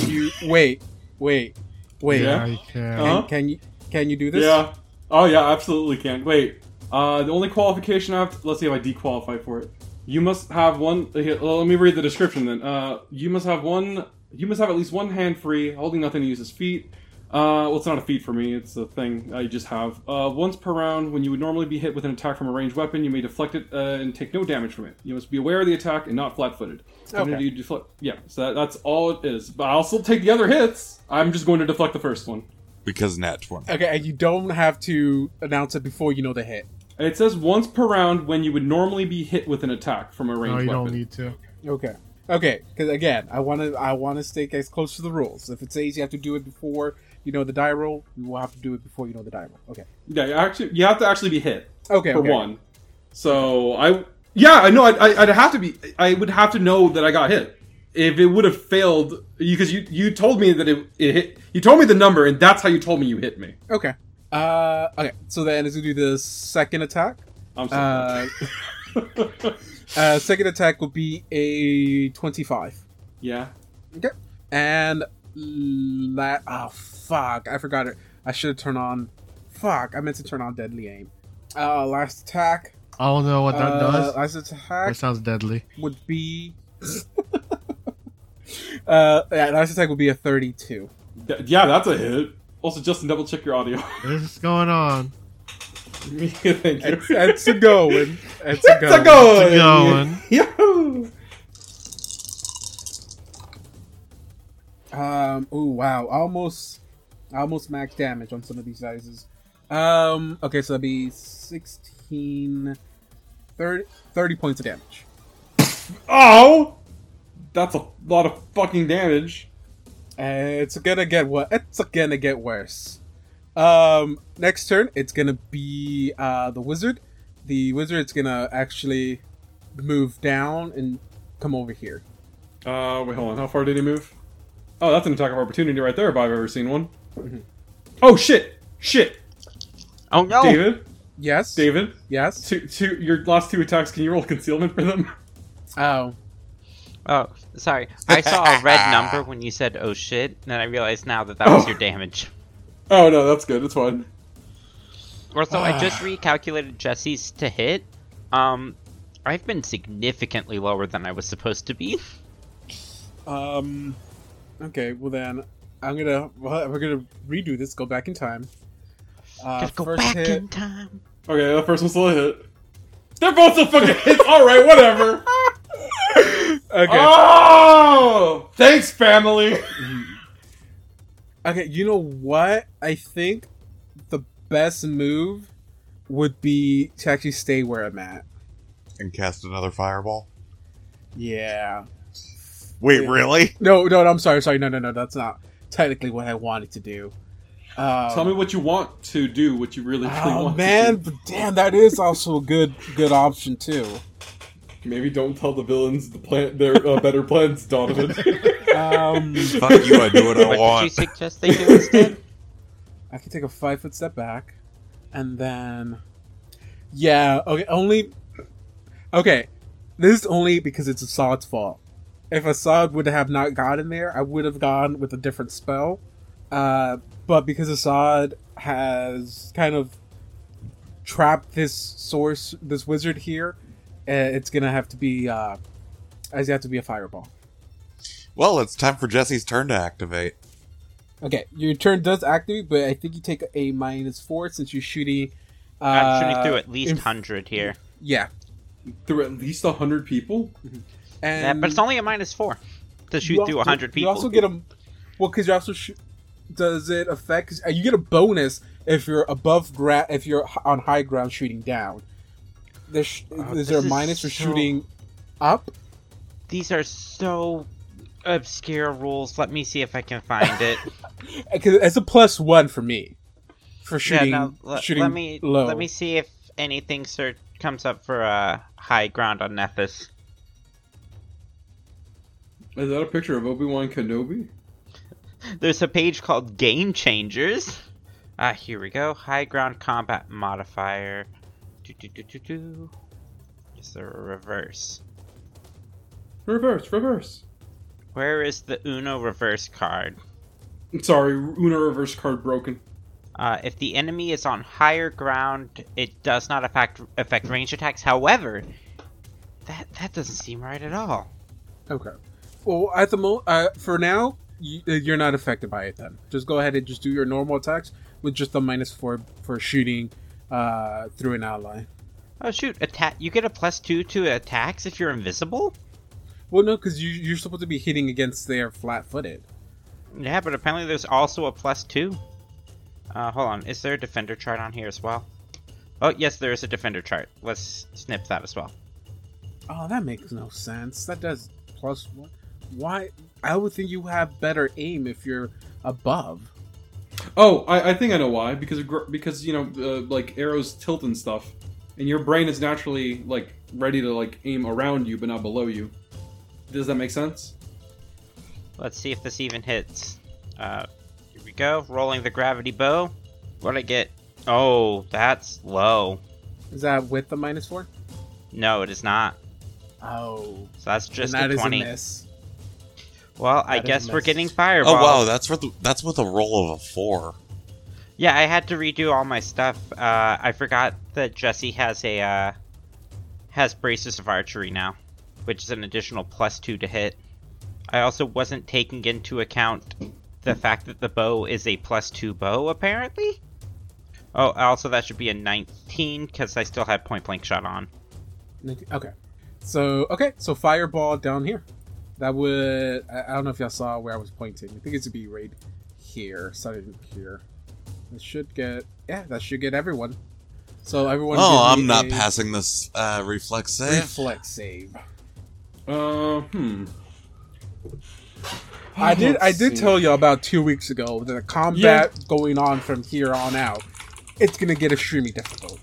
you wait? Wait. Wait. Oh,
Yeah.
Yeah, you can.
Can,
Uh-huh.
can you can you do this?
Yeah. Oh yeah, absolutely can. Wait. Uh, the only qualification I have. To, let's see if I dequalify for it. You must have one. here, well, let me read the description then. Uh, you must have one. You must have at least one hand free, holding nothing to use as feet. Uh, well, it's not a feat for me. It's a thing I just have. Uh, once per round, when you would normally be hit with an attack from a ranged weapon, you may deflect it uh, and take no damage from it. You must be aware of the attack and not flat-footed. Even if
Okay.
you deflect, yeah. So that, that's all it is. But I'll still take the other hits. I'm just going to deflect the first one.
Because nat 20.
Okay, and you don't have to announce it before you know the hit.
It says once per round when you would normally be hit with an attack from a
No,
ranged
you
weapon.
don't need to.
Okay. Okay, because again, I want to I want to stay as close to the rules. If it says you have to do it before you know the die roll, you will have to do it before you know the die roll. Okay.
Yeah, you actually, you have to actually be hit
Okay.
for
okay.
one. So I, yeah, I know. I'd, I'd have to be. I would have to know that I got hit. If it would have failed, because you you told me that it, it hit. You told me the number, and that's how you told me you hit me.
Okay. Uh. Okay. So then it's gonna do the second attack.
I'm sorry.
Uh, uh. Second attack will be a twenty-five.
yeah.
Okay. And la- oh fuck, I forgot it. I should have turned on. Fuck, I meant to turn on deadly aim. Uh. Last attack.
I don't know what that
uh,
does.
Last attack.
That sounds deadly.
would be. uh, yeah, last attack would be a 32.
Th- Yeah, that's a hit. Also, Justin, double check your audio.
What is going on?
Thank you.
It's, it's a going. It's a
It's
going.
a going.
It's a going.
Yahoo!
Um. Oh wow, almost, almost max damage on some of these sizes. Um. Okay, so that'd be 16, 30, 30 points of damage.
Oh, that's a lot of fucking damage.
Uh, it's gonna get what? It's gonna get worse. Um, next turn, it's gonna be uh, the wizard. The wizard's gonna actually move down and come over here.
Uh, wait, hold on. How far did he move? Oh, that's an attack of opportunity right there if I've ever seen one. Oh shit! Shit!
Oh no!
David,
Yes.
David,
Yes.
two, two, your last two attacks. Can you roll concealment for them?
Oh.
Oh, sorry. I saw a red number when you said "oh shit," and I realized now that that was your damage.
Oh no, that's good. It's fine.
Also, I just recalculated Jesse's to hit. Um, I've been significantly lower than I was supposed to be.
Um. Okay. Well then, I'm gonna well, we're gonna redo this. Go back in time. Uh,
Gotta go
first
back
hit.
in time.
Okay, that first one's still a hit. They're both still fucking hits. All right, whatever.
Okay.
Ah! Oh, thanks, family.
Okay, you know what? I think the best move would be to actually stay where I'm at.
and cast another fireball.
Yeah.
Wait,
Yeah.
really?
No, no, no I'm sorry, sorry. No, no, no. That's not technically what I wanted to do. Um,
Tell me what you want to do. What you really, really
Oh
want.
man,
To
but damn, that is also a good good option too.
do. Maybe don't tell the villains the plan. Their uh, better plans, Donovan.
Um,
Fuck you, I do what I
What did you
want.
suggest they do instead?
I can take a five foot step back, and then, yeah, okay, only, okay, this is only because it's Assad's fault. If Assad would have not gotten there, I would have gone with a different spell. Uh, but because Assad has kind of trapped this source, this wizard here, uh, it's gonna have to be, uh, it's have to be a fireball.
Well, it's time for Jesse's turn to activate.
Okay, your turn does activate, but I think you take a minus four since you're shooting. Uh,
I'm shooting through at least
in-
hundred here.
Yeah,
There were at least hundred people.
and
Yeah, but it's only a minus four to
you
shoot
also-
through hundred people.
You also get a well because you also shoot. Does it affect? 'cause uh, you get a bonus if you're above ground if you're h- on high ground shooting down. There's, sh is
Oh, this
there a
is
minus for
so-
shooting up?
These are so obscure rules. Let me see if I can find it.
'Cause it's a plus one for me for
Yeah,
shooting.
no, le-
shooting
let me
low.
let me see if anything sir comes up for uh, high ground on Nethys.
Is that a picture of Obi Wan Kenobi?
There's a page called Game Changers. Ah, here we go. High ground combat modifier. Do do do do do. Is there a reverse?
Reverse, reverse.
Where is the Uno reverse card?
Sorry, Una reverse card broken.
Uh, if the enemy is on higher ground, it does not affect affect range attacks. However, that that doesn't seem right at all.
Okay. Well, at the mo uh, for now, you, uh, you're not affected by it. Then just go ahead and just do your normal attacks with just the minus four for shooting uh, through an ally.
Oh shoot! Attack. You get a plus two to attacks if you're invisible.
Well, no, because you, you're supposed to be hitting against their flat-footed.
Yeah, but apparently there's also a plus two. Uh, hold on, is there a defender chart on here as well? Oh, yes, there is a defender chart. Let's snip that as well.
Oh, that makes no sense. That does plus one. Why? I would think you have better aim if you're above.
Oh, I, I think I know why. Because of gr- because you know uh, like arrows tilt and stuff, and your brain is naturally like ready to like aim around you but not below you. Does that make sense?
Let's see if this even hits. Uh, here we go, rolling the gravity bow. What'd I get? Oh, that's low.
Is that with the minus four?
No, it is not.
Oh,
So that's just
and that
a
is a
20.
miss.
well,
That
I
is a
guess we're
miss.
getting
Oh
fireball.
wow, that's with that's with a roll of a four.
Yeah, I had to redo all my stuff. Uh, I forgot that Jesse has a uh, has braces of archery now, which is an additional plus two to hit. I also wasn't taking into account the fact that the bow is a plus two bow apparently. Oh, also that should be a nineteen because I still have point blank shot on.
Okay. So okay, so fireball down here. That would I, I don't know if y'all saw where I was pointing. I think it's a B raid here, starting here. It should get yeah, that should get everyone. So everyone.
Oh,
give
I'm
me
not
a
passing this uh, reflex save.
Reflex save.
Uh, hmm.
I did. I
Let's
did
see.
tell you about two weeks ago that the combat going on from here on out, it's gonna get extremely difficult.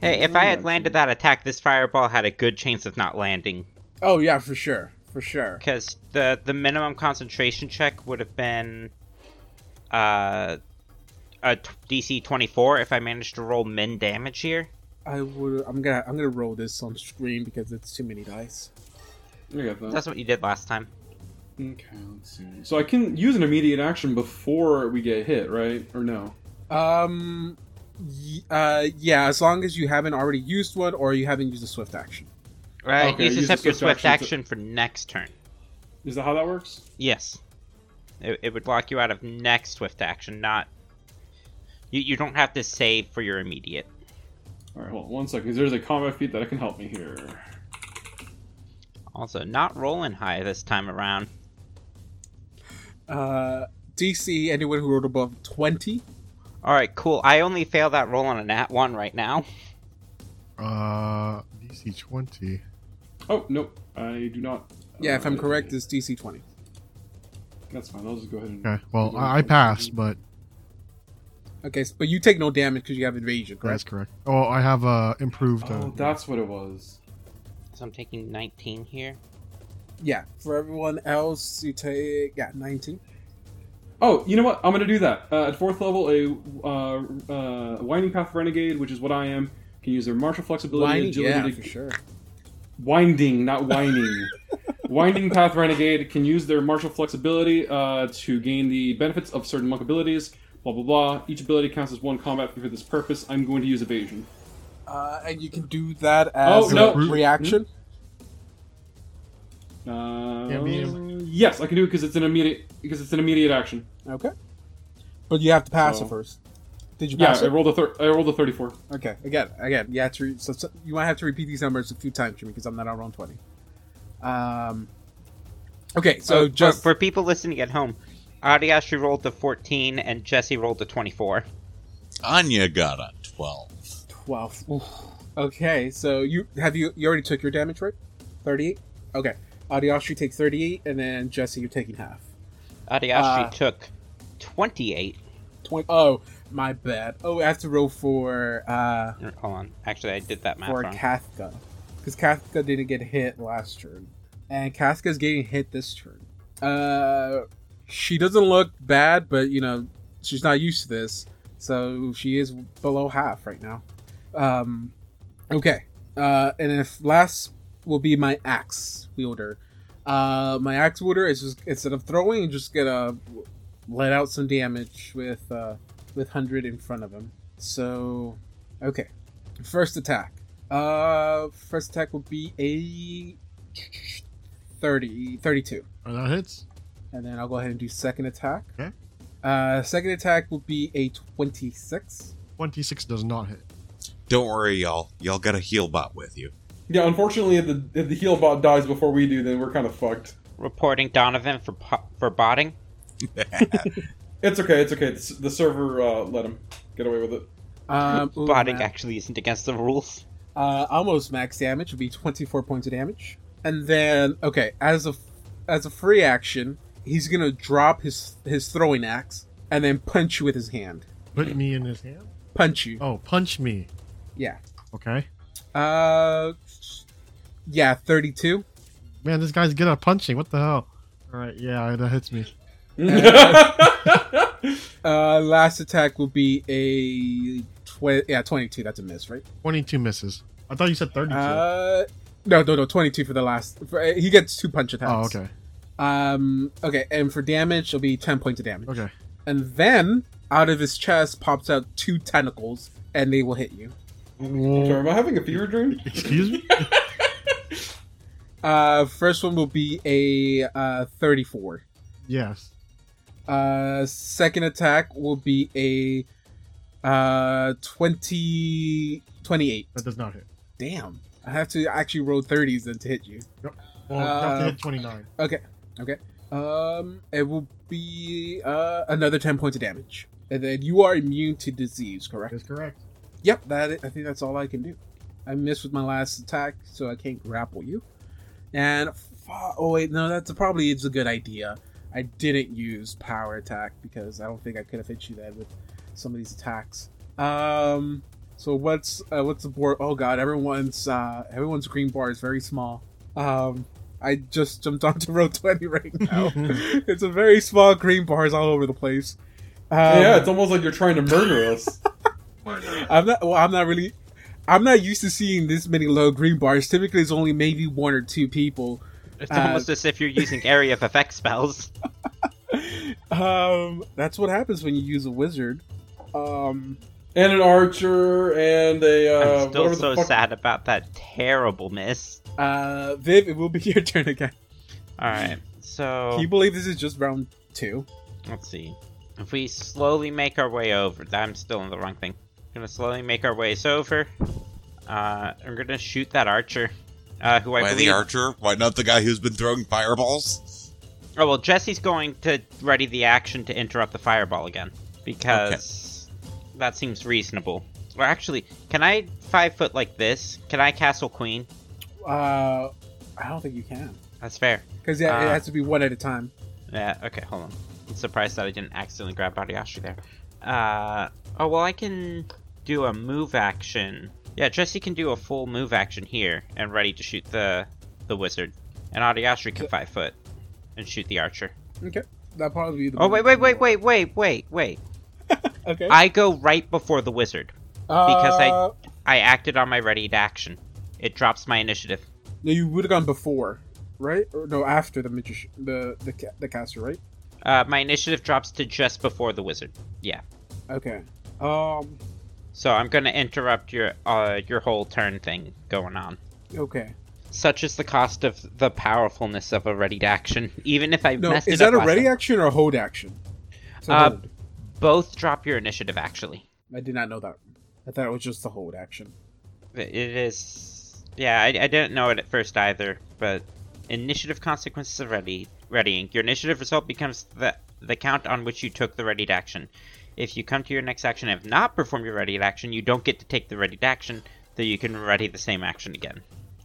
Hey, if I had landed that attack, this fireball had a good chance of not landing.
Oh yeah, for sure, for sure.
Because the, the minimum concentration check would have been uh, a t- DC 24 if I managed to roll min damage here.
I would. I'm gonna. I'm gonna roll this on screen because it's too many dice.
I got that.
That's what you did last time.
Okay, let's see. So I can use an immediate action before we get hit, right? Or no?
Um. y- Uh. Yeah. As long as you haven't already used one or you haven't used a swift action.
Right,
Okay,
you just
use
have
the
your
swift
swift
action
action for next turn.
Is that how that works?
Yes. It, it would block you out of next swift action, not. You, you don't have to save for your immediate.
All right, hold on one second. 'cause There's a combat feat that can help me here.
Also, not rolling high this time around.
Uh. DC. Anyone who rolled above twenty.
Alright, cool. I only fail that roll on a nat 1 right now.
Uh, DC 20.
Oh nope, I do not.
Yeah. If I'm
Uh,
correct, it's DC twenty.
that's fine. I'll just go ahead and.
Okay, well, I, I passed, but
Okay. s- But you take no damage because you have invasion,
that's
correct?
correct. Oh, I have uh improved. Uh,
Oh, that's what it was.
So I'm taking 19 here.
Yeah. For everyone else, you take yeah nineteen.
Oh, you know what? I'm gonna do that. Uh, at fourth level, a uh, uh, winding path renegade, which is what I am, can use their martial flexibility,
Whining,
agility
yeah,
to
for sure.
winding, not whining. winding path renegade can use their martial flexibility uh, to gain the benefits of certain monk abilities. Blah blah blah. Each ability counts as one combat for this purpose. I'm going to use evasion.
Uh, and you can do that as
Oh, no.
a reaction.
Uh,
Yeah, medium.
yes, I can do it because it's an immediate because it's an immediate action.
Okay. But you have to pass
Hmm? So-
it first. Did you
Yeah,
pass
I
it?
rolled a thir- I rolled a thirty-four.
Okay. Again, again. You have to. Re- so, so- you might have to repeat these numbers a few times, Jimmy, because I'm not on round twenty. Um. Okay, so
Uh,
Oh, for-
just
for, people listening at home, Adiashi rolled the 14 and Jesse rolled the 24.
Anya got a 12.
twelve. Oof. Okay, so you have you you already took your damage, right? Thirty-eight. Okay, Adiashi takes thirty-eight, and then Jesse, you're taking half.
Adiashi
Uh.
took 28.
Twenty. Oh, my bad. Oh, I have to roll for uh
Er, Hold on. Actually, I did that math
for
wrong.
Kathka. Because Kathka didn't get hit last turn. And Kathka's getting hit this turn. Uh, she doesn't look bad, but, you know, she's not used to this. So she is below half right now. Um, okay. Uh, and if last will be my axe wielder. Uh, my axe wielder is just, instead of throwing, just gonna let out some damage with, uh, with 100 in front of him. So, okay. First attack. Uh, first attack will be a 30, 32.
oh, that hits.
And then I'll go ahead and do second attack.
Okay.
Uh, second attack will be a 26.
26 does not hit.
Don't worry, y'all. Y'all got a heal bot with you.
Yeah, unfortunately, if the if the heal bot dies before we do, then we're kind of fucked.
Reporting Donovan for po- for botting.
It's okay. It's okay. The, the server uh, let him get away with it.
Um, ooh,
botting
ma-
actually isn't against the rules.
uh, almost max damage would be 24 points of damage. And then, okay, as a, as a free action, he's gonna drop his, his throwing axe and then punch you with his hand.
Put me in his hand?
Punch you.
Oh, punch me.
Yeah.
Okay.
Uh, yeah, 32.
Man, this guy's good at punching. What the hell? All right, yeah, that hits me.
Uh, last attack will be a tw- yeah, twenty-two. That's a miss, right?
22 misses. I thought you said 32.
Uh, no, no, no, twenty-two for the last. For, uh, he gets two punch
oh,
attacks.
okay.
Um, okay, and for damage, it'll be ten points of damage.
Okay.
And then out of his chest pops out two tentacles, and they will hit you.
Sorry, am I having a fever dream?
Excuse me?
Uh, first one will be a uh thirty-four.
yes.
Uh, second attack will be a uh 20, 28.
That does not hit.
Damn. I have to actually roll 30s then to hit you.
Well, you have to
Uh,
hit 29.
Okay. Okay. Um, it will be uh, another ten points of damage, and then you are immune to disease, correct?
That's correct.
Yep, that I think that's all I can do. I missed with my last attack, so I can't grapple you. And fa- oh wait, no, that's probably it's a good idea. I didn't use power attack because I don't think I could have hit you then with some of these attacks. Um, so what's uh, what's the board? Oh god, everyone's uh, everyone's green bar is very small. Um, I just jumped onto row twenty right now. it's a very small green bars all over the place. Um,
yeah, it's almost like you're trying to murder us.
I'm not. Well, I'm not really. I'm not used to seeing this many low green bars. Typically, it's only maybe one or two people.
It's
Uh,
almost as if you're using area of effect spells.
Um, that's what happens when you use a wizard. Um,
and an archer and a uh,
I'm still
whatever the
so
fuck-
sad about that terrible miss.
uh, Viv, it will be your turn again.
All right, so
Can you believe this is just round two?
Let's see. If we slowly make our way over, I'm still in the wrong thing. gonna slowly make our ways over. Uh, I'm gonna shoot that archer, uh, who I
Why the
believe.
archer? Why not the guy who's been throwing fireballs?
oh well, Jesse's going to ready the action to interrupt the fireball again because that seems reasonable. Or actually, can I five foot like this? Can I castle queen?
Uh, I don't think you can
That's fair.
because yeah, it
Ah.
has to be one at a time.
Yeah. Okay, hold on. I'm surprised that I didn't accidentally grab Bariashi there. Uh, oh well, I can do a move action. Yeah, Jesse can do a full move action here and ready to shoot the the wizard, and Ariashi can five foot and shoot the archer.
That probably be the.
Oh wait, wait, wait, wait, wait, wait, wait!
Okay.
I go right before the wizard. because I-
Uh,
I acted on my ready to action. It drops my initiative.
no, you would have gone before, right? Or no, after the magician, the the ca- the caster, right?
Uh, my initiative drops to just before the wizard. Yeah.
Okay. Um.
So I'm gonna interrupt your uh your whole turn thing going on.
Okay.
Such is the cost of the powerfulness of a readied action. Even if I
No,
messed
is
it
that
up
a
last
ready
time.
action or a hold action? It's a
Uh,
hold.
both drop your initiative. Actually,
I did not know that. I thought it was just the hold action.
it is. Yeah, I, I didn't know it at first either. But initiative consequences of ready readying. Your initiative result becomes the the count on which you took the readied action. If you come to your next action and have not performed your readied action, you don't get to take the readied action. Though you can ready the same action again.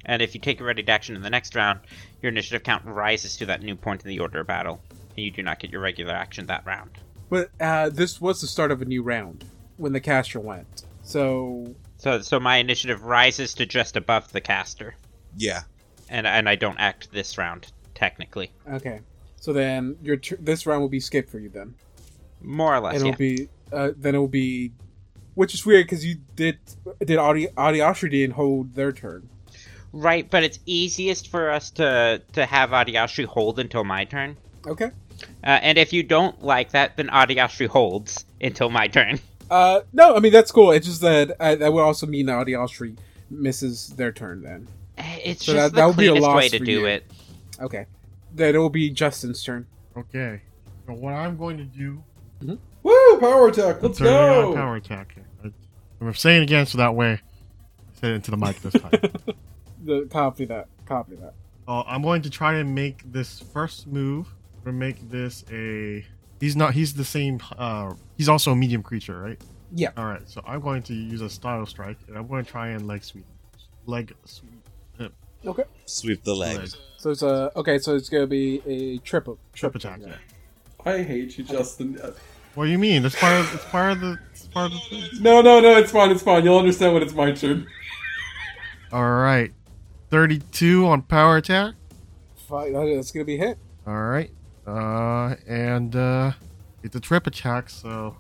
And if you take a readied action in the next round, your initiative count rises to that new point in the order of battle, and you do not get your regular action that round.
But uh, this was the start of a new round when the caster went. So
So, so my initiative rises to just above the caster,
Yeah.
and and I don't act this round technically,
okay, so then your tur this round will be skipped for you then.
more or less.
and it'll
yeah.
be uh, then it'll be, which is weird because you did did Adi Adiashri didn't hold their turn.
Right, but it's easiest for us to to have Adiashri hold until my turn.
Okay.
Uh, and if you don't like that, then Adiashri holds until my turn.
Uh, no, I mean that's cool. It's just that uh, that would also mean that Adiashri misses their turn then.
Eh, It's
So
just
that-
the
that would be a
cleanest
loss
way to
for
do
you.
it.
Okay, then it will be Justin's turn.
Okay. So what I'm going to do
Woo! Power attack.
I'm
Let's
turning
go.
on power attack. I, I'm saying it again so that way I say it into the mic this time.
The, copy that. Copy that.
uh, I'm going to try and make this first move or make this a he's not he's the same uh he's also a medium creature, right?
Yeah.
All right. So I'm going to use a style strike and I'm going to try and leg sweep. Leg sweep.
Sweep the leg.
Leg.
So it's a okay. So it's gonna be a triple
Trip attack.
Yeah.
Yeah.
I hate you, Justin. Uh,
What do you mean? That's part of it's part of the it's part of the thing.
No, no, no. It's fine. It's fine. You'll understand when it's my turn.
All right. 32 on power attack.
Fuck, that- That's uh, gonna be a hit.
All right. Uh, and uh, it's a trip attack. So,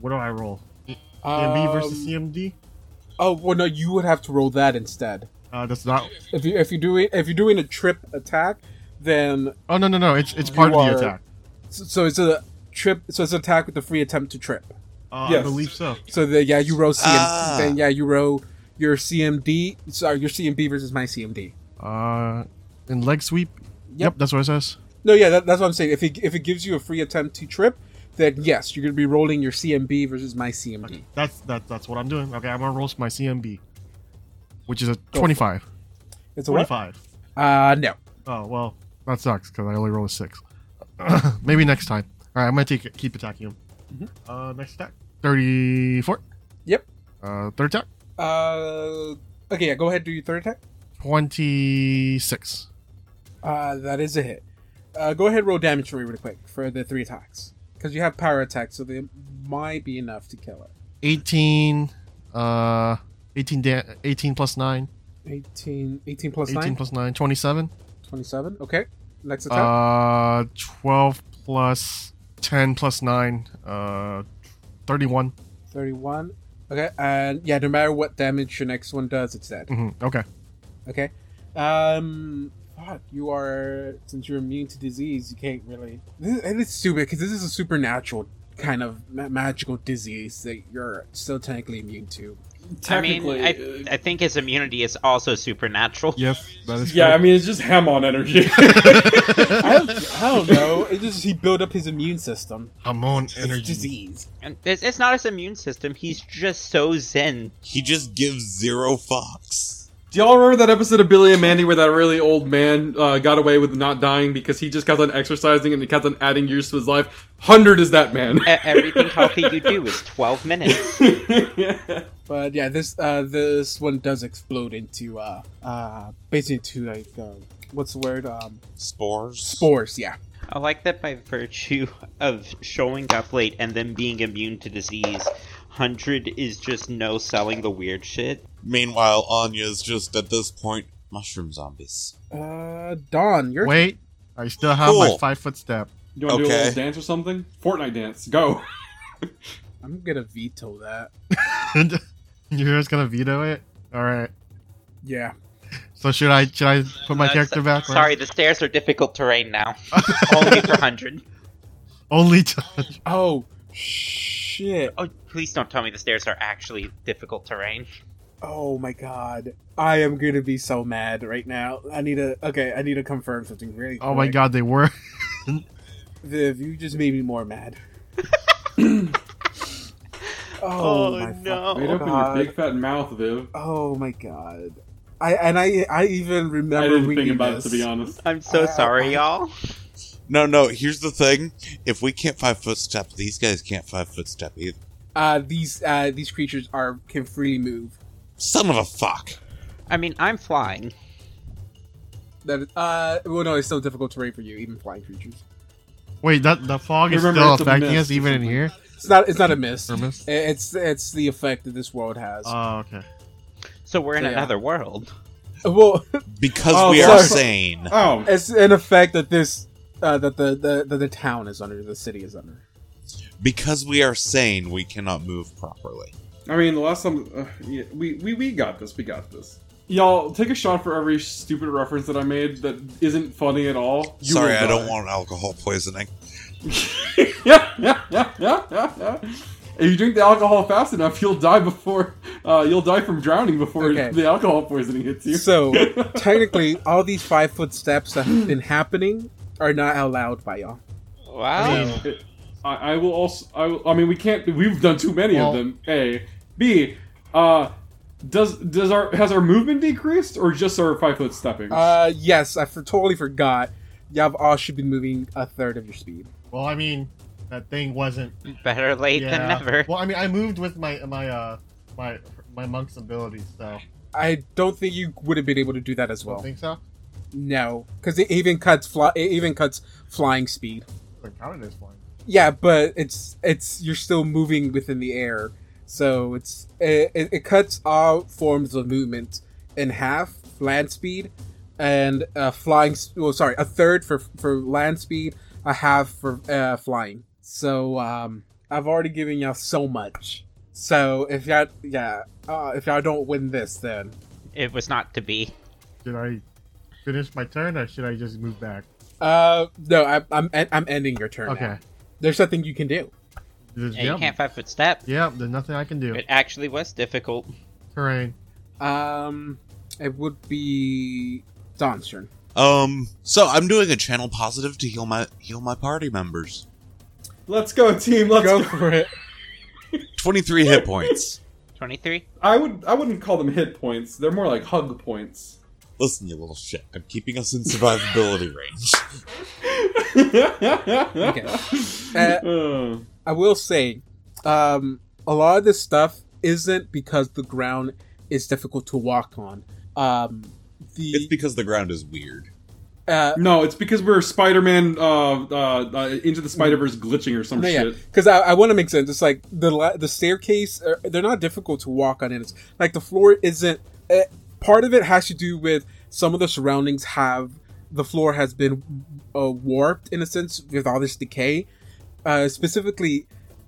what do I roll? CMD versus
Um,
CMD.
Oh well, no, you would have to roll that instead.
Uh, that's not.
If you if you do it if you're doing a trip attack, then
Oh no no no! It's it's part
You
of the
are-
attack.
so it's a trip. So it's an attack with a free attempt to trip.
Uh, I
Yes.
believe so.
So the, yeah, you roll CM.
Ah.
Then yeah, you roll your CMD. Sorry, your CMB versus my CMD.
Uh, and leg sweep. Yep. that's what it says.
No, yeah, that, that's what I'm saying. If it if it gives you a free attempt to trip, then yes, you're gonna be rolling your CMB versus my CMD.
That's that that's what I'm doing. Okay, I'm gonna roll my CMB, which is a
for it.
25.
It's a what?
25.
Uh, no.
Oh well, that sucks because I only roll a six. Maybe next time. All right, I'm gonna take, keep attacking him.
Mhm.
Uh, next attack, thirty-four.
Yep.
Uh, third attack,
Uh, okay, yeah, go ahead, do your third attack.
twenty-six.
Uh, that is a hit. Uh, go ahead, roll damage for me really quick for the three attacks because you have power attacks, so they might be enough to kill it.
18 uh 18 da- 18 plus 9
18, 18 plus
18
9,
plus 9 27
27. Okay, next attack.
uh 12 plus 10 plus 9 uh 31
31. Okay, and yeah, no matter what damage your next one does, it's dead.
hmm okay
Okay. Um, fuck, you are, since you're immune to disease, you can't really. This, and it's stupid because this is a supernatural kind of ma- magical disease that you're still technically immune to.
I mean,
Technically,
I,
uh,
I think his immunity is also supernatural.
yes that is
yeah, I mean, it's just ham on energy.
I don't, I don't know. It's just he built up his immune system.
i'm on
It's
energy
disease.
And It's, it's not his immune system. He's just so zen.
He just gives zero fucks.
Do y'all remember that episode of Billy and Mandy where that really old man uh, got away with not dying because he just kept on exercising and he kept on adding years to his life? Hundred is that man.
E- Everything healthy you do is 12 minutes.
But yeah, this uh, this one does explode into uh, uh, basically into like uh, what's the word? Um,
Spores.
spores. Yeah.
I like that by virtue of showing up late and then being immune to disease, 100 is just no selling the weird shit.
Meanwhile, Anya's just at this point mushroom zombies.
Uh, Dawn, you're
wait i still have my
Cool.
five foot step
you want to do a
Okay.
little dance or something? Fortnite dance. Go.
I'm gonna veto that.
you're just gonna veto it all right
Yeah.
so should i should i put my
Uh,
character
so-
back or-
Sorry, the stairs are difficult terrain now. Only for 100.
only to-
Oh shit.
Oh, please don't tell me the stairs are actually difficult terrain.
Oh my god. I am gonna be so mad right now. I need to. Okay, I need to confirm something really.
oh my
quick.
god they were
Viv, you just made me more mad.
Oh,
my
no.
fucking
Wait, open
God.
your big fat mouth, Viv.
Oh my god. I and I I even remember
I didn't
reading
think about it
this.
to be honest.
I'm so
Uh,
sorry, y'all.
No, no. Here's the thing: if we can't five foot step, these guys can't five foot step either.
Uh these uh these creatures are can freely move.
Son of a fuck!
I mean, I'm flying.
That is, uh well no, it's still difficult terrain for you, even flying creatures.
wait that the fog
You
is
remember
still
it's a
affecting
mist
us
or
even in
something.
here
It's not it's not a miss.
Or mist?
It's it's the effect that this world has.
oh okay
So we're in
Yeah.
another world.
well,
Because
Oh,
we are
sorry.
sane.
Oh,
it's an effect that this uh, that the, the that the town is under, the city is under.
Because we are sane, we cannot move properly.
I mean, the last time uh, yeah, we, we we got this, we got this. Y'all take a shot for every stupid reference that I made that isn't funny at all. You
Sorry,
will
I don't
die.
want alcohol poisoning.
yeah, yeah, yeah, yeah, yeah, yeah. If you drink the alcohol fast enough, you'll die before uh, you'll die from drowning before
Okay.
the alcohol poisoning hits you.
So technically, all these five foot steps that have been happening are not allowed by y'all. um,
Wow.
I mean,
I, I will also. I, will, I mean, we can't. We've done too many
Well-
of them. A, B. Uh, does does our has our movement decreased or just our five foot stepping?
Uh, yes, I for, totally forgot. Y'all have all should be moving a third of your speed.
well i mean that thing wasn't
Better late than never.
Well, I mean, I moved with my my uh my my monk's abilities, so
I don't think you would have been able to do that as
I don't
well.
think so.
No, because it even cuts fly. It even cuts flying speed.
Doesn't count as flying.
Yeah, but it's it's you're still moving within the air, so it's it, it it cuts all forms of movement in half, land speed, and uh, flying. s- Well, sorry, a third for for land speed, a half for uh, flying. So um, I've already given y'all so much. So if y'all yeah, uh, if y'all don't win this, then
It was not to be.
Did I finish my turn, or should I just move back?
uh no, I, I'm I'm ending your turn. now.
Okay.
there's nothing you can do.
There's,
Yeah, you
yep.
can't five foot step.
Yep, There's nothing I can do.
It actually was difficult.
Terrain.
Um, it would be Don's turn.
Um, so I'm doing a channel positive to heal my heal my party members.
let's go, team. Let's
Go for it.
Twenty three hit points.
23?
I would I wouldn't call them hit points. They're more like hug points.
Listen, you little shit. I'm keeping us in survivability range.
okay.
Uh, I will say, um, a lot of this stuff isn't because the ground is difficult to walk on. Um,
It's
the
because the ground is weird.
uh,
no, it's because we're Spider-Man uh, uh, uh, into the Spider-Verse glitching or some
no, yeah,
shit.
because I, I want to make sense. It's like the la- the staircase; uh, they're not difficult to walk on. And it's like the floor isn't. Uh, part of it has to do with some of the surroundings have the floor has been uh, warped in a sense with all this decay. Uh, specifically,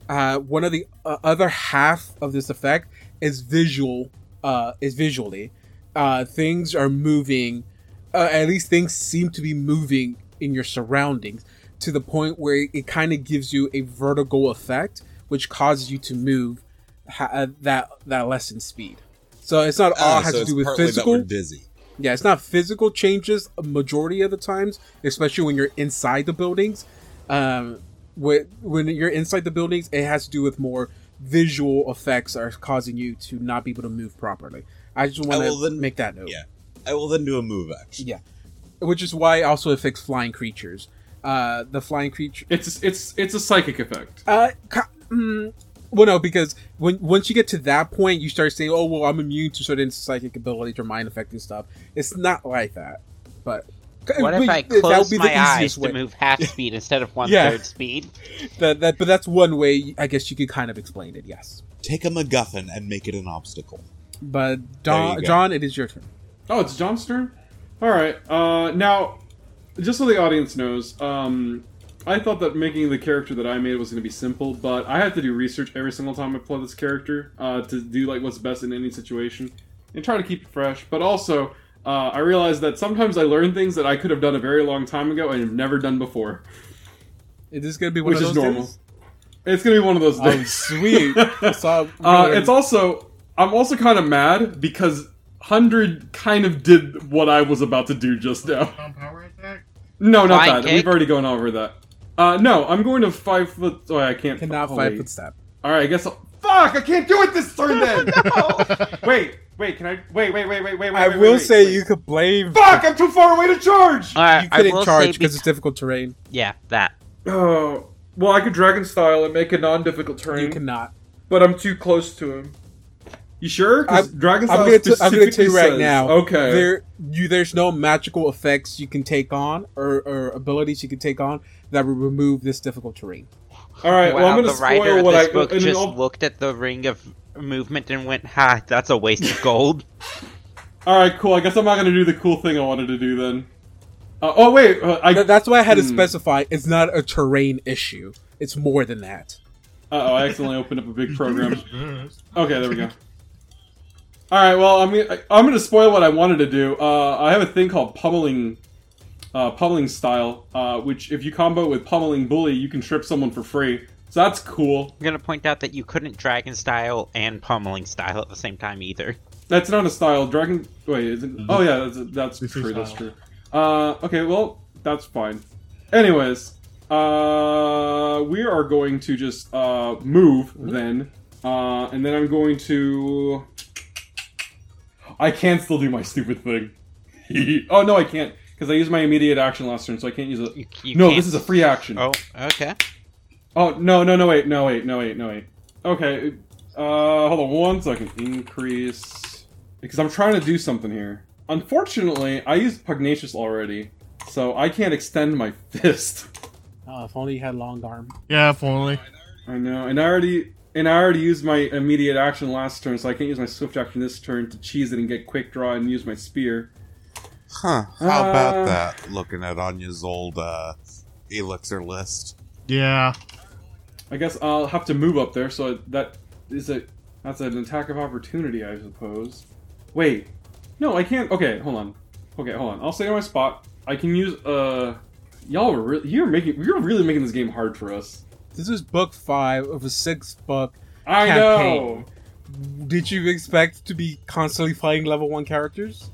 uh, one of the uh, other half of this effect is visual. Uh, is visually, uh, things are moving. Uh, at least things seem to be moving in your surroundings to the point where it kind of gives you a vertigo effect, which causes you to move ha- uh, that that lessened speed. So it's not all
Ah,
has
so
to
it's
do with
partly That
physical.
we're busy.
Yeah, it's not physical changes a majority of the times, especially when you're inside the buildings. Um, whe- when you're inside the buildings, it has to do with more visual effects are causing you to not be able to move properly. I just want to
will Oh, then-
make that note.
yeah. I will then do a move action.
Yeah. Which is why it also affects flying creatures. Uh, the flying creature.
It's it's it's a psychic effect.
Uh, ca- mm, well, no, because when once you get to that point, you start saying, "Oh, well, I'm immune to certain psychic abilities or mind affecting stuff." It's not like that, but
What
but
if I
that would
close
be the
my eyes
easiest
to
way.
move half speed instead of one third
Yeah.
speed?
That, that, but that's one way I guess you could kind of explain it. Yes,
Take a MacGuffin and make it an obstacle. There
but Don,
you go.
John, it is your turn.
Oh, it's John's turn. All right. Uh, now, just so the audience knows, um, I thought that making the character that I made was going to be simple, but I have to do research every single time I play this character uh, to do like what's best in any situation and try to keep it fresh. But also, uh, I realized that sometimes I learn things that I could have done a very long time ago and have never done before,
It is going to be one
which
of
is
those
normal.
days?
It's going to be one of those
Oh,
days.
sweet! so,
Uh, it's also I'm also kind of mad because Hundred kind of did what I was about to do just now.
power attack.
No, not
Flying
that.
kick?
We've already gone over that. Uh, no, I'm going to five foot. Oh, I can't.
cannot
oh,
fight
wait.
foot step.
All right, I guess. I'll... Fuck! I can't do it this turn then.
Oh.
Wait, wait. Can I? Wait, wait, wait, wait, wait.
I
wait,
will
wait,
say
wait.
you could blame.
Fuck! I'm too far away to charge.
Alright,
you
I
couldn't
will
charge
say
because
bec-
it's difficult terrain.
yeah, that.
Oh, well, I could dragon style and make a non-difficult turn,
You cannot.
but I'm too close to him. You sure? 'Cause
I'm-
dragon
I'm
style
gonna, t- I'm gonna tell
specifically
you right
says-
now.
Okay.
There, you there's no magical effects you can take on or, or abilities you can take on that would remove this difficult terrain.
All right.
wow,
well, I'm gonna
the writer
spoil
of
what
this
I
book
and
just
I'll-
looked at the ring of movement and went, "Ha, that's a waste of gold."
All right, cool. I guess I'm not gonna do the cool thing I wanted to do then. Uh, oh wait, uh, I
Th- that's why I had to
Hmm.
specify it's not a terrain issue. It's more than that.
Uh oh, I accidentally opened up a big program. Okay, there we go. All right, well, I'm gonna, I'm gonna spoil what I wanted to do. Uh, I have a thing called pummeling, uh, pummeling style, uh, which if you combo with pummeling bully, you can trip someone for free. So that's cool.
I'm gonna point out that you couldn't dragon style and pummeling style at the same time either.
That's not a style. Dragon. Wait, is it? Oh yeah, that's, that's
It's a
true. That's true.
style.
Uh, okay, well, that's fine. Anyways, uh, we are going to just uh, move then, uh, and then I'm going to. I can still do my stupid thing. oh no, I can't because I used my immediate action last turn, so I can't use it.
You, you
No,
can't-
this is a free action.
Oh, okay.
Oh no no no wait no wait no wait no wait. Okay, uh, hold on one second. Increase because I'm trying to do something here. Unfortunately, I used pugnacious already, so I can't extend my fist.
Oh, if only you had long arm.
Yeah, if only.
I know, and I already and I already used my immediate action last turn, so I can't use my swift action this turn to cheese it and get quick draw and use my spear.
Huh.
how about Uh.
that? Looking at Anya's old uh, elixir list.
Yeah.
I guess I'll have to move up there, so that is a that's an attack of opportunity, I suppose. Wait, no, I can't. Okay, hold on. Okay, hold on. I'll stay on my spot. I can use uh, y'all were really, you're making you're really making this game hard for us.
This is book five of a six book.
I know.
Campaign. Did you expect to be constantly fighting level one characters?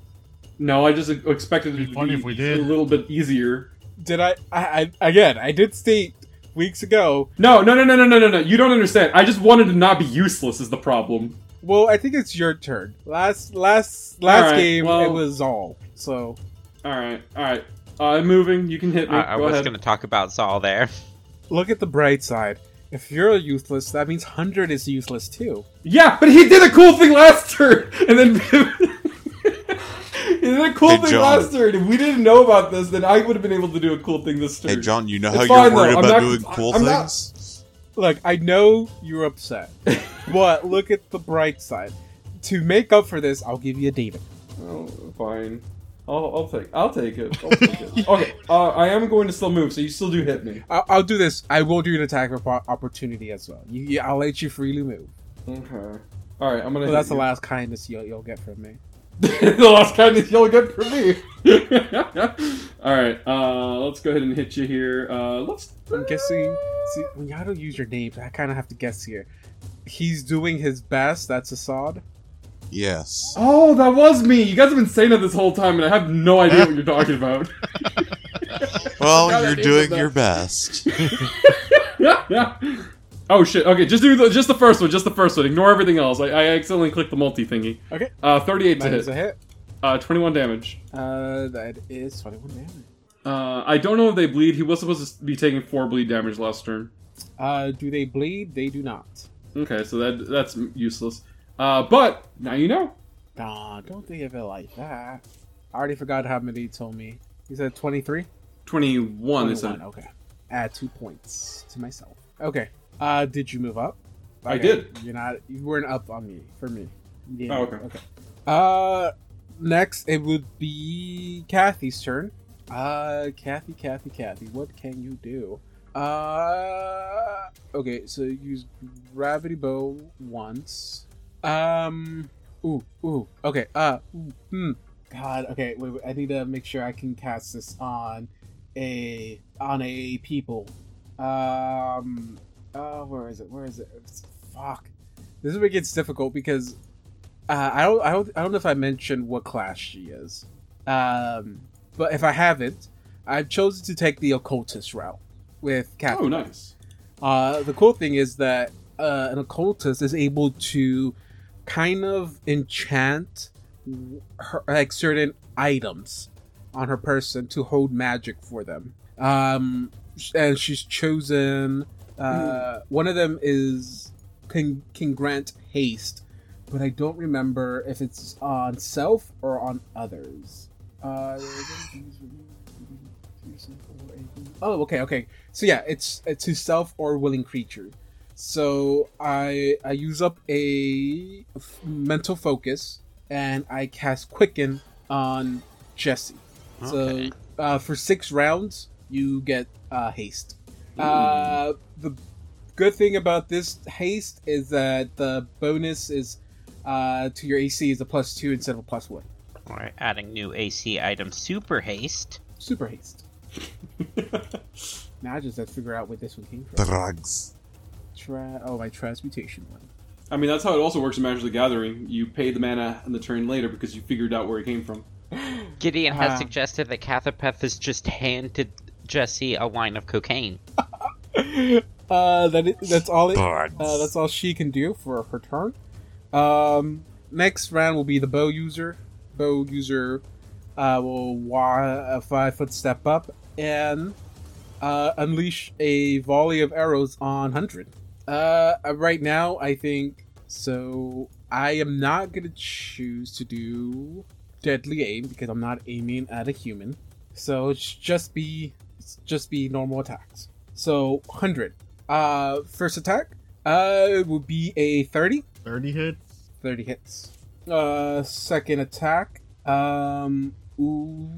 No, I just expected it
It'd be
to
funny
be
if we did.
a little bit easier.
Did I, I, I again? I did state weeks ago
No, no, no, no, no, no, no, no. You don't understand. I just wanted to not be useless. Is the problem?
Well, I think it's your turn. Last last last
Alright,
game
well-
it was all. So
All right, all right. I'm moving. You can hit me.
I, I
Go
was
ahead.
going to talk about Saul there.
Look at the bright side. If you're useless, that means Hundred is useless too.
Yeah, but he did a cool thing last turn, and then he did a cool
Hey,
thing
John.
last turn. If we didn't know about this, then I would have been able to do a cool thing this turn.
Hey, John, you know
It's
how
fine,
you're worried
though. I'm
about
not-
doing cool
I'm not-
things?
Look, I know you're upset, but look at the bright side. To make up for this, I'll give you a David.
Oh, fine. I'll, I'll take. I'll take it. I'll take it. Okay. Uh, I am going to still move, so you still do hit me.
I'll, I'll do this. I will do an attack of op- opportunity as well. You, you, I'll let you freely move.
Okay. All right. I'm gonna. hit
So that's the
you.
last kindness you'll, you'll get from me.
the last kindness you'll get from me. All right. Uh, let's go ahead and hit you here. Uh, let's.
I'm guessing. See, when y'all don't use your names, I kind of have to guess here. He's doing his best. That's Assad.
Yes.
Oh, that was me. You guys have been saying it this whole time, and I have no idea what you're talking about. forgot
Well,
I
you're
did
doing
that.
your best.
yeah, yeah. Oh shit. Okay, just do the, just the first one. Just the first one. Ignore everything else. I, I accidentally clicked the multi thingy.
Okay.
Uh, 38 to
That is a
hit.
hit.
Uh, 21 damage.
Uh, that is 21 damage.
Uh, I don't know if they bleed. He was supposed to be taking four bleed damage last turn.
Uh, do they bleed? They do not.
Okay, so that that's useless. Uh, but now you know.
Nah, don't think of it like that. I already forgot how many he told me. He said 23?
21, they said.
21, okay. Add two points to myself. Okay. Uh, did you move up?
I
Okay,
did.
You're not, you weren't up on me, for me. Yeah,
Oh, okay.
Uh, next, it would be Kathy's turn. Uh, Kathy, Kathy, Kathy, what can you do? Uh, okay, so use gravity bow once. Um, ooh, ooh, okay, uh, ooh, hmm. God, okay, wait, wait, I need to make sure I can cast this on a, on a people. Um, uh, where is it, where is it? It's- fuck. This is where it gets difficult because uh, I don't, I don't, I don't know if I mentioned what class she is, um, but if I haven't, I've chosen to take the occultist route with Catherine.
Oh, nice.
Uh, the cool thing is that uh, an occultist is able to kind of enchant her, like certain items on her person to hold magic for them. Um, sh- and she's chosen uh, one of them is can can grant haste, but I don't remember if it's on self or on others. Uh, oh, okay, okay. So yeah, it's uh, to self or willing creature. So I I use up a f- mental focus and I cast quicken on Jesse.
Okay.
So uh, for six rounds, you get uh, haste. Uh, the good thing about this haste is that the bonus is uh, to your AC is a plus two instead of a plus one.
All right, adding new AC item Super Haste.
Super haste. Now I just have to figure out where this one came from.
Drugs.
Tra- oh, my transmutation one.
I mean, that's how it also works in Magic the Gathering. You pay the mana on the turn later because you figured out where it came from.
Gideon has
Ah.
suggested that Cathapeth has just handed Jesse a line of cocaine.
Uh, that is, that's all. It,
Drugs.
uh, that's all she can do for her turn. Um, next round will be the bow user. Bow user uh, will wa- a five foot step up and uh, unleash a volley of arrows on hundred. Uh, right now, I think so. I am not gonna choose to do deadly aim because I'm not aiming at a human. So it's just be it's just be normal attacks. So hundred. Uh, first attack. Uh, it would be a 30.
30 hits.
30 hits. Uh, second attack. Um, ooh,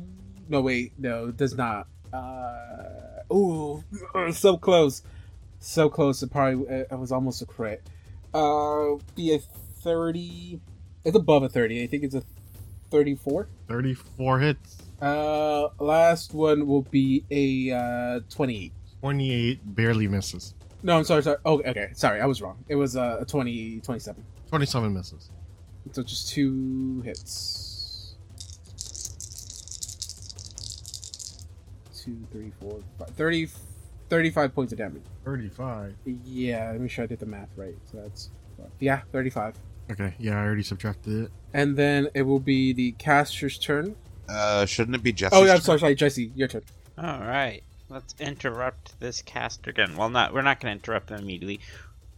no wait, no, it does not. Uh, ooh, so close, so close. It probably it it was almost a crit. Uh, be a 30. It's above a 30. I think it's a 34.
34 hits.
Uh, last one will be a uh 28.
28 barely misses.
No, I'm sorry, sorry. Oh, okay, sorry, I was wrong. It was uh, a 20, 27.
27 misses.
So just two hits. Two, three, four, five. 30, 35 points of damage.
35.
Yeah, let me sure I did the math right. So that's, yeah, 35.
Okay, yeah, I already subtracted it.
And then it will be the caster's turn.
Uh, shouldn't it be Jesse?
Oh, yeah, I'm sorry, sorry, Jesse, your turn.
All right, let's interrupt this cast again. Well, not we're not going to interrupt them immediately.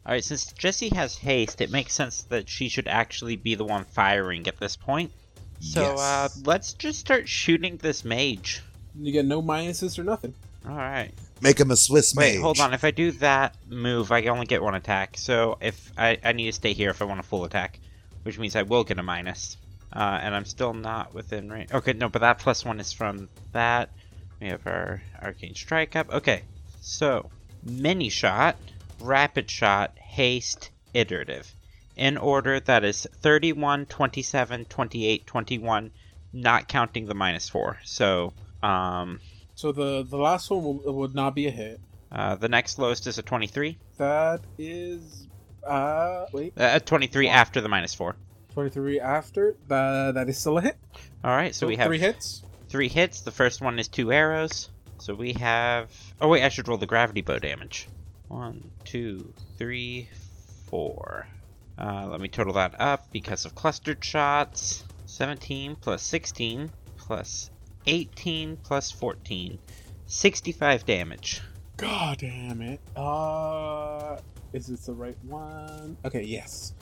All right, since Jessie has haste, it makes sense that she should actually be the one firing at this point. So uh, let's just start shooting this mage.
You get no minuses or nothing.
All right.
make him a Swiss
Wait,
mage.
hold on. If I do that move, I only get one attack. So if I, I need to stay here if I want a full attack, which means I will get a minus. Uh, and I'm still not within range. Okay, no, but that plus one is from that. We have our arcane strike up. Okay, so mini shot, rapid shot, haste, iterative. In order that is 31, 27, 28, 21, not counting the minus four. So um,
So the the last one will, would not be a hit.
uh, the next lowest is a 23.
That is, uh, wait,
Uh, 23 after the minus 4.
23 after. That that is still a hit.
All right, so, we have
Oh, three hits.
three hits. The first one is two arrows. So we have. Oh, wait, I should roll the gravity bow damage. One, two, three, four. Uh, let me total that up because of clustered shots 17 plus 16 plus 18 plus 14. 65 damage.
God damn it. Uh, is this the right one? Okay, yes.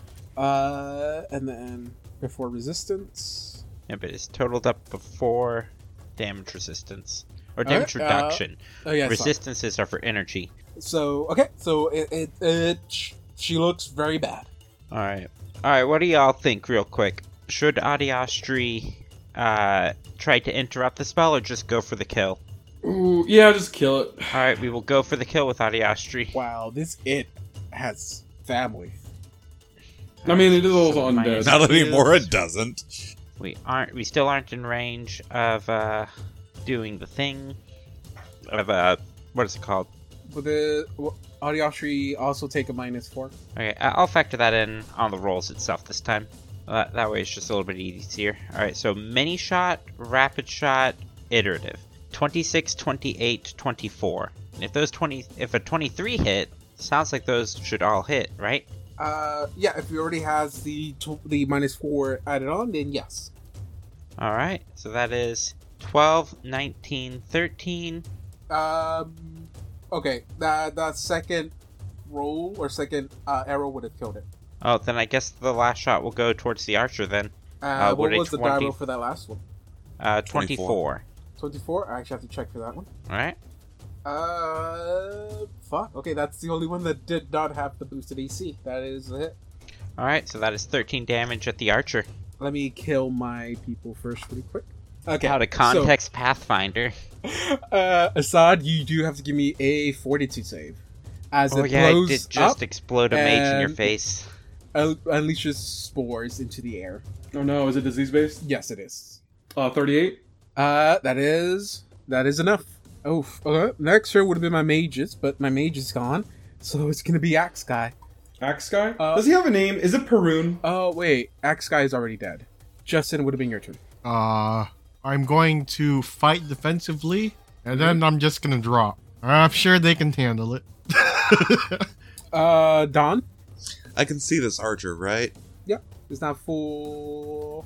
Uh, and then before resistance.
Yeah, but it's totaled up before damage resistance. Or
right,
damage
uh,
reduction.
Oh yeah, sorry.
Resistances are for energy.
So okay, so it it, it sh- she looks very bad.
All right. All right. What do y'all think, real quick? Should Adiastri uh, try to interrupt the spell or just go for the kill?
Ooh, yeah, just kill it.
All right. We will go for the kill with Adiastri.
Wow, this it has family.
I mean, it is also
So minus-
undead.
Not anymore. It doesn't.
We aren't. We still aren't in range of uh, doing the thing. Of uh, what is it called?
Would the w- Audiotry also take a minus four?
Okay, I- I'll factor that in on the rolls itself this time. Uh, that way it's just a little bit easier. Alright, so mini shot, rapid shot, iterative. 26, 28, 24. And if those 20, if a 23 hit, sounds like those should all hit, right?
Uh, yeah, if he already has the tw- the minus four added on, then yes.
Alright, so that is 12, 19, 13.
Um, okay, that that second roll or second uh, arrow would have killed it.
Oh, then I guess the last shot will go towards the archer then.
Uh,
Uh,
what
would a
was the
20
die roll for that last one?
Uh,
24.
24.
Twenty-four. I actually have to check for that one.
Alright?
Uh, fuck. Okay, that's the only one that did not have the boosted AC. That is a hit.
Alright, so that is 13 damage at the archer.
Let me kill my people first, really quick. Okay.
Out of context, Pathfinder.
So, uh, Assad, you do have to give me a fortitude save. As
Oh
it
yeah, I
blows
did
up,
just explode a mage in your
and-
face.
un- unleashes spores into the air.
Oh no, is it disease based?
Yes, it is.
Uh, thirty-eight.
Uh, that is that is enough. Oh, okay. next turn would have been my mages, but my mage is gone, so it's gonna be Axe Guy.
Axe guy.
Uh,
Does he have a name? Is it Perun?
Oh wait, Axe Guy is already dead. Justin would have been your turn.
Uh, I'm going to fight defensively, and then I'm just gonna drop. I'm sure they can handle it.
Uh, Don
I can see this archer, right?
is not full.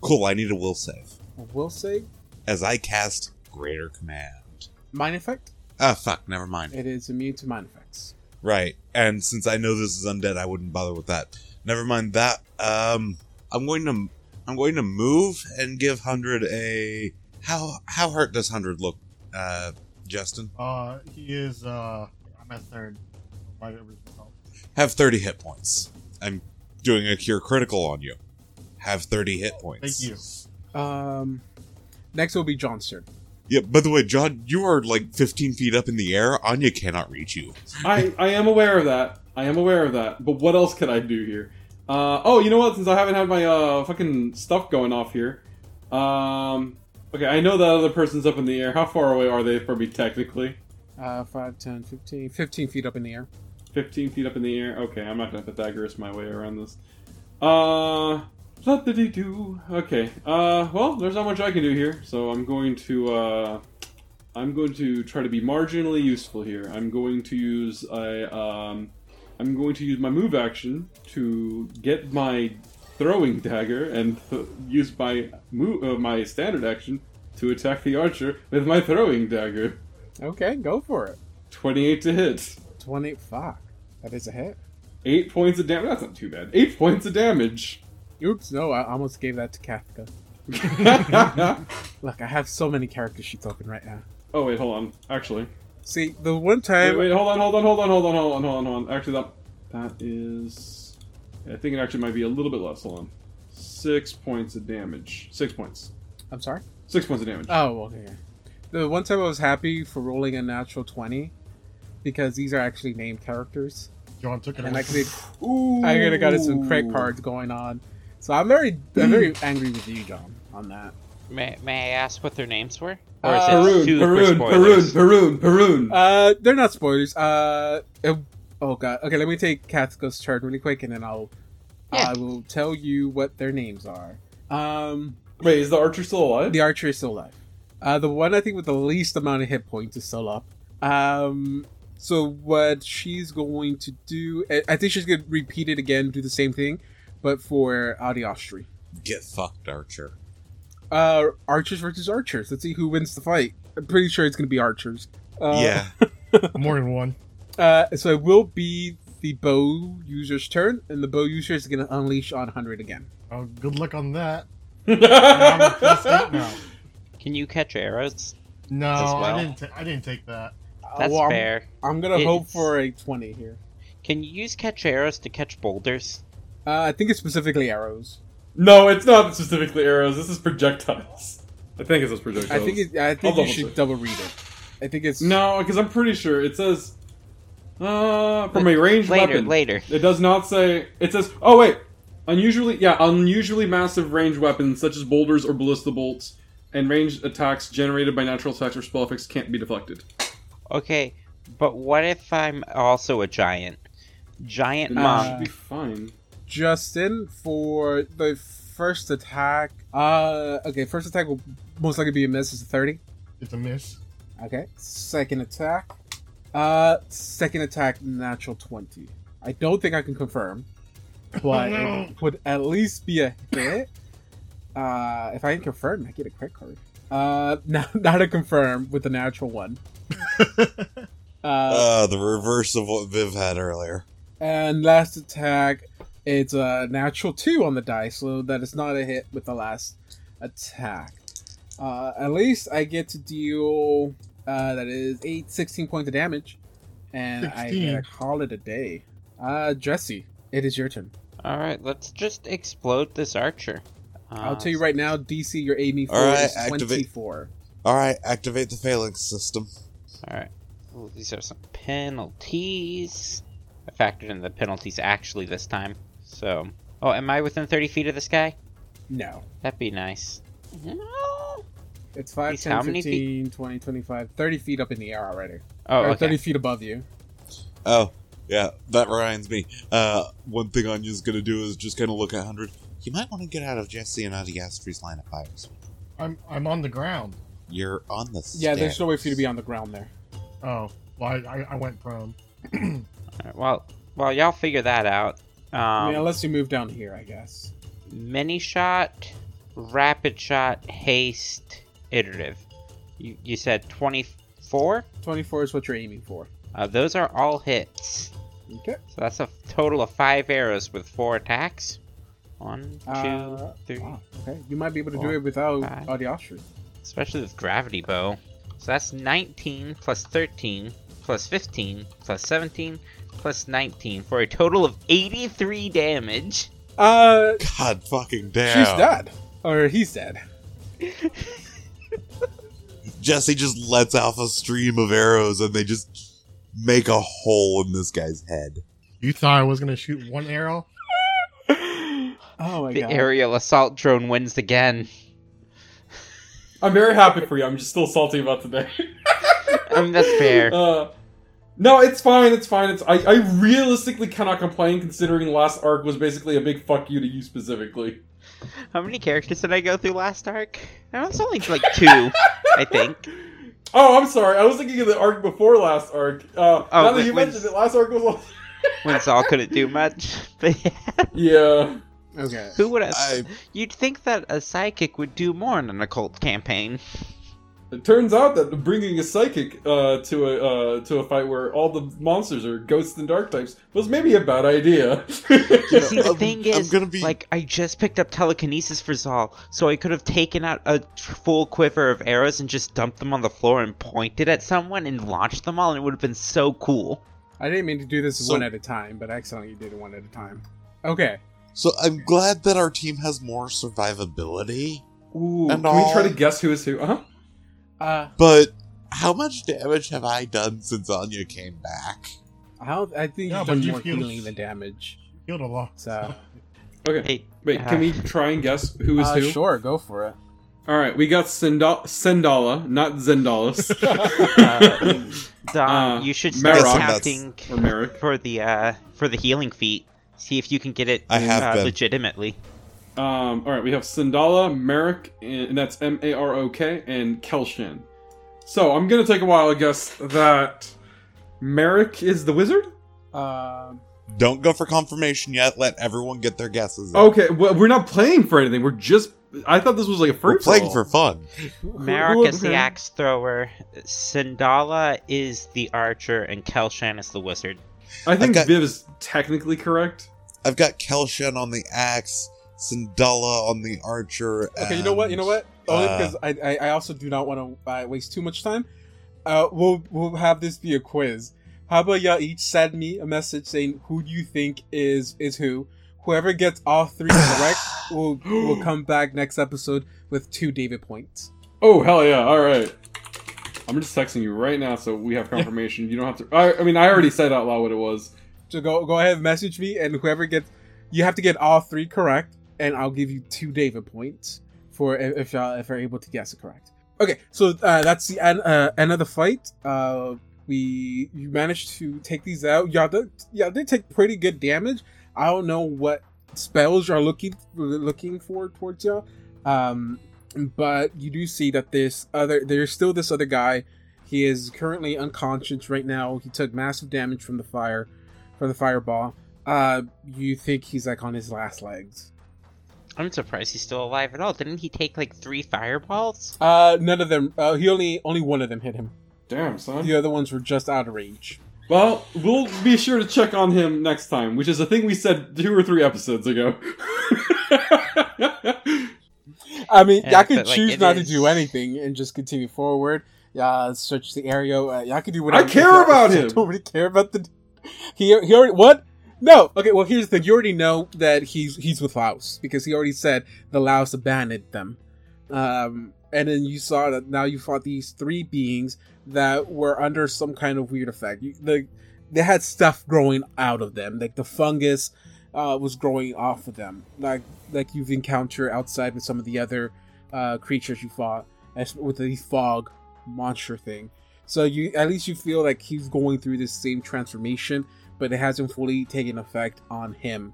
Cool. I need a will save
Will save
as I cast Greater Command.
mind effect.
Ah, fuck. Never mind.
It is immune to mind effects.
Right. And since I know this is undead, I wouldn't bother with that. Never mind that. Um, I'm going to I'm going to move and give hundred a how how hurt does hundred look, uh, Justin?
Uh, he is. Uh, I'm at third. Why did everything help?
Have thirty hit points. I'm doing a cure critical on you. Have thirty hit points.
Thank you.
Um, next will be John's turn.
Yeah. By the way, John, you are like 15 feet up in the air. Anya cannot reach you.
I, I am aware of that. I am aware of that. But what else could I do here? Uh, oh, you know what? Since I haven't had my uh, fucking stuff going off here, um, okay. I know that other person's up in the air. How far away are they from me technically?
Uh, 5, 10, 15, 15 feet up in the air.
Fifteen feet up in the air. Okay, I'm not gonna Pythagoras my way around this. Uh, what did he do? Okay. Uh, well, there's not much I can do here, so I'm going to uh, I'm going to try to be marginally useful here. I'm going to use a um, I'm going to use my move action to get my throwing dagger and th- use my mo- uh, my standard action to attack the archer with my throwing dagger.
Okay, go for it.
28 to hit.
28 fuck. That is a hit.
8 points of damage. That's not too bad. 8 points of damage.
Oops, no, I almost gave that to Kafka. Look, I have so many character sheets open right now.
oh, wait, hold on. Actually.
See, the one
Wait,
time
wait, hold on, hold on, hold on, hold on, hold on, hold on, hold on. Actually, that, that is. I think it actually might be a little bit less. Hold on. 6 points of damage. 6 points.
I'm sorry.
6 points of damage.
Oh, okay. The one time I was happy for rolling a natural 20 because these are actually named characters.
John took it.
And I
away.
could
Ooh.
I could have gotten some credit cards going on. So I'm very I'm very angry with you, John, on that.
May, may I ask what their names were? Or is
Uh,
it
Perun,
two for
Perun,
spoilers?
Perun, Perun, Perun.
Uh, they're not spoilers. Uh, it- oh god. Okay, let me take Kathko's turn really quick, and then I'll
Yeah.
I will tell you what their names are. Um,
Wait, is the archer still alive?
the archer is still alive. Uh, the one I think with the least amount of hit points is still up. Um, so what she's going to do? I- I think she's going to repeat it again, do the same thing, but for Adiostri.
Get fucked, Archer.
Uh, archers versus archers. Let's see who wins the fight. I'm pretty sure it's going to be archers. Uh,
yeah.
More than one.
Uh, so it will be the bow user's turn, and the bow user is going to unleash on 100 again.
Oh, good luck on that. I'm at plus eight
That's
now.
Can you catch arrows?
No,
As well.
I didn't. Ta- I didn't take that.
That's
Uh, well, I'm-
fair.
I'm going to hope
It's-
for a 20 here.
Can you use catch arrows to catch boulders?
Uh, I think it's specifically arrows.
no, it's not specifically arrows. This is projectiles. I think it says projectiles.
I think it, I think
I'll
you
double
should
check.
double read it. I think it's
no, because I'm pretty sure it says uh, from a ranged
Later,
weapon.
later.
It does not say. It says. Oh wait, unusually yeah, unusually massive range weapons such as boulders or ballista bolts and ranged attacks generated by natural attacks or spell effects can't be deflected.
Okay, but what if I'm also a giant? Giant
Uh,
Then
monk.
that should be fine.
Justin for the first attack. Uh, okay, first attack will most likely be a miss. It's a 30.
It's a miss.
Okay. Second attack. Uh, second attack, natural 20. I don't think I can confirm, but it would at least be a hit. Uh, if I can confirm, I get a crit card. Uh, not, not a confirm with the natural one. Uh,
Uh, the reverse of what Viv had earlier.
and last attack, it's a natural 2 on the dice, so that is not a hit with the last attack. Uh, at least I get to deal, uh, that is 8, 16 points of damage. And I
16.
get to call it a day. Uh, Jesse, it is your turn.
All right, let's just explode this archer. Uh,
I'll tell you right now, DC, your aiming for
All right,
is
activate.
24.
All right, activate the phalanx system.
All right. Ooh, these are some penalties. I factored in the penalties actually this time. So, oh, am I within 30 feet of this guy?
No.
That'd be nice. Oh, No.
It's 5,
He's
10,
how many
15, 20, 25, 30 feet up in the air already.
Oh,
or
okay.
30 feet above you.
Oh, yeah, that reminds me. Uh, one thing Anya's gonna do is just kind of look at hundred. You might want to get out of Jesse and Adiastri's line of fire.
I'm I'm on the ground.
You're on the
Yeah, there's no way for you to
stairs.
be on the ground there.
Oh, well, I, I, I went prone.
All right, well, well, y'all figure that out.
I mean,
Um,
unless you move down here, I guess.
mini shot, rapid shot, haste, iterative. You, you said 24?
24 is what you're aiming for.
Uh, those are all hits.
Okay.
So that's a total of five arrows with four attacks. One, two,
Uh,
three.
wow, okay. You might be able to
Four,
do it without
five.
Adiostri.
Especially with gravity bow. So that's 19 plus 13 plus 15 plus 17 plus 19 for a total of 83 damage.
Uh,
God fucking damn.
she's dead. Or he's dead.
Jesse just lets off a stream of arrows, and they just make a hole in this guy's head.
You thought I was gonna shoot one arrow?
Oh my
the
god.
aerial assault drone wins again.
I'm very happy for you. I'm just still salty about today.
I mean, that's fair.
Uh, no, it's fine. It's fine. It's I, I realistically cannot complain considering last arc was basically a big fuck you to you specifically.
How many characters did I go through last arc? No, it's only like two, I think.
Oh, I'm sorry. I was thinking of the arc before last arc. Uh,
Oh,
now that
wait,
you
wait.
mentioned it, last arc was.
When Saul couldn't do much. But yeah.
yeah.
Okay.
Who would
I-
have? You'd think that a psychic would do more in an occult campaign.
It turns out that bringing a psychic uh, to a uh, to a fight where all the monsters are ghosts and dark types was maybe a bad idea.
You see, the
I'm-
thing
I'm
is,
gonna be-
like, I just picked up telekinesis for Zal, so I could have taken out a t- full quiver of arrows and just dumped them on the floor and pointed at someone and launched them all, and it would have been so cool.
I didn't mean to do this
So-
one at a time, but I accidentally did it one at a time. Okay.
So I'm glad that our team has more survivability,
Ooh,
And
can we try
all-
to guess who is who? Uh huh.
Uh,
but how much damage have I done since Anya came back?
I don't. I think
Yeah,
you've
but
done
you
more
feel-
healing than damage.
Healed a lot.
So,
Okay,
Hey,
wait.
uh,
Can we try and guess who is
uh,
who?
sure, go for it.
All right, we got Sendal- Sendala, not Zendalas,
Uh, Dom,
Uh,
you should start
Merrick.
counting
or Merrick.
for the uh, for the healing feat. See if you can get it
I have
uh,
been.
legitimately.
Um, all right, we have Sindala, Merrick, and and that's M A R O K, and Kelshin. So I'm gonna take a while to guess that Merrick is the wizard.
Um,
Don't go for confirmation yet. Let everyone get their guesses. in.
Okay, well, we're not playing for anything. We're just. I thought this was like a
we're
first.
playing for fun.
Merrick is the axe thrower, Sindala is the archer, and Kelshan is the wizard.
I think
got-
Viv is technically correct.
I've got Kelshan on the axe, Sindala on the archer.
Okay, you know what? You know what? Only
uh,
because I, I, I also do not want to uh, waste too much time. Uh, we'll we'll have this be a quiz. How about y'all each send me a message saying who do you think is is who? Whoever gets all three correct will will come back next episode with two David points.
Oh hell yeah! All right, I'm just texting you right now, so we have confirmation. You don't have to. I, I mean, I already said out loud what it was.
So go go ahead and message me, and whoever gets, you have to get all three correct, and I'll give you two David points for if if y'all if you're able to guess it correct. Okay, so uh, that's the end, uh, end of the fight. Uh, we you managed to take these out. Y'all did, y'all did take pretty good damage. I don't know what spells you're looking looking for towards y'all, um, but you do see that this other there's still this other guy. He is currently unconscious right now. He took massive damage from the fire for the fireball. Uh, you think he's like on his last legs?
I'm surprised he's still alive at all. Didn't he take like three fireballs?
Uh, none of them. Uh, he only only one of them hit him.
Damn son.
The other ones were just out of range.
Well, we'll be sure to check on him next time, which is a thing we said two or three episodes ago.
I mean,
Yeah,
y'all can
but, like,
choose
it
not
is-
to do anything and just continue forward. Yeah, search the area. Uh, y'all can do
I
whatever.
care about him.
I don't really care about the. He he already what? No. Okay. Well, here's the thing. You already know that he's he's with Laos because he already said the Laos abandoned them. Um, and then you saw that now you fought these three beings that were under some kind of weird effect. You, the, they had stuff growing out of them, like the fungus uh, was growing off of them, like like you've encountered outside with some of the other uh, creatures you fought as with the fog monster thing. So you at least you feel like he's going through this same transformation, but it hasn't fully taken effect on him.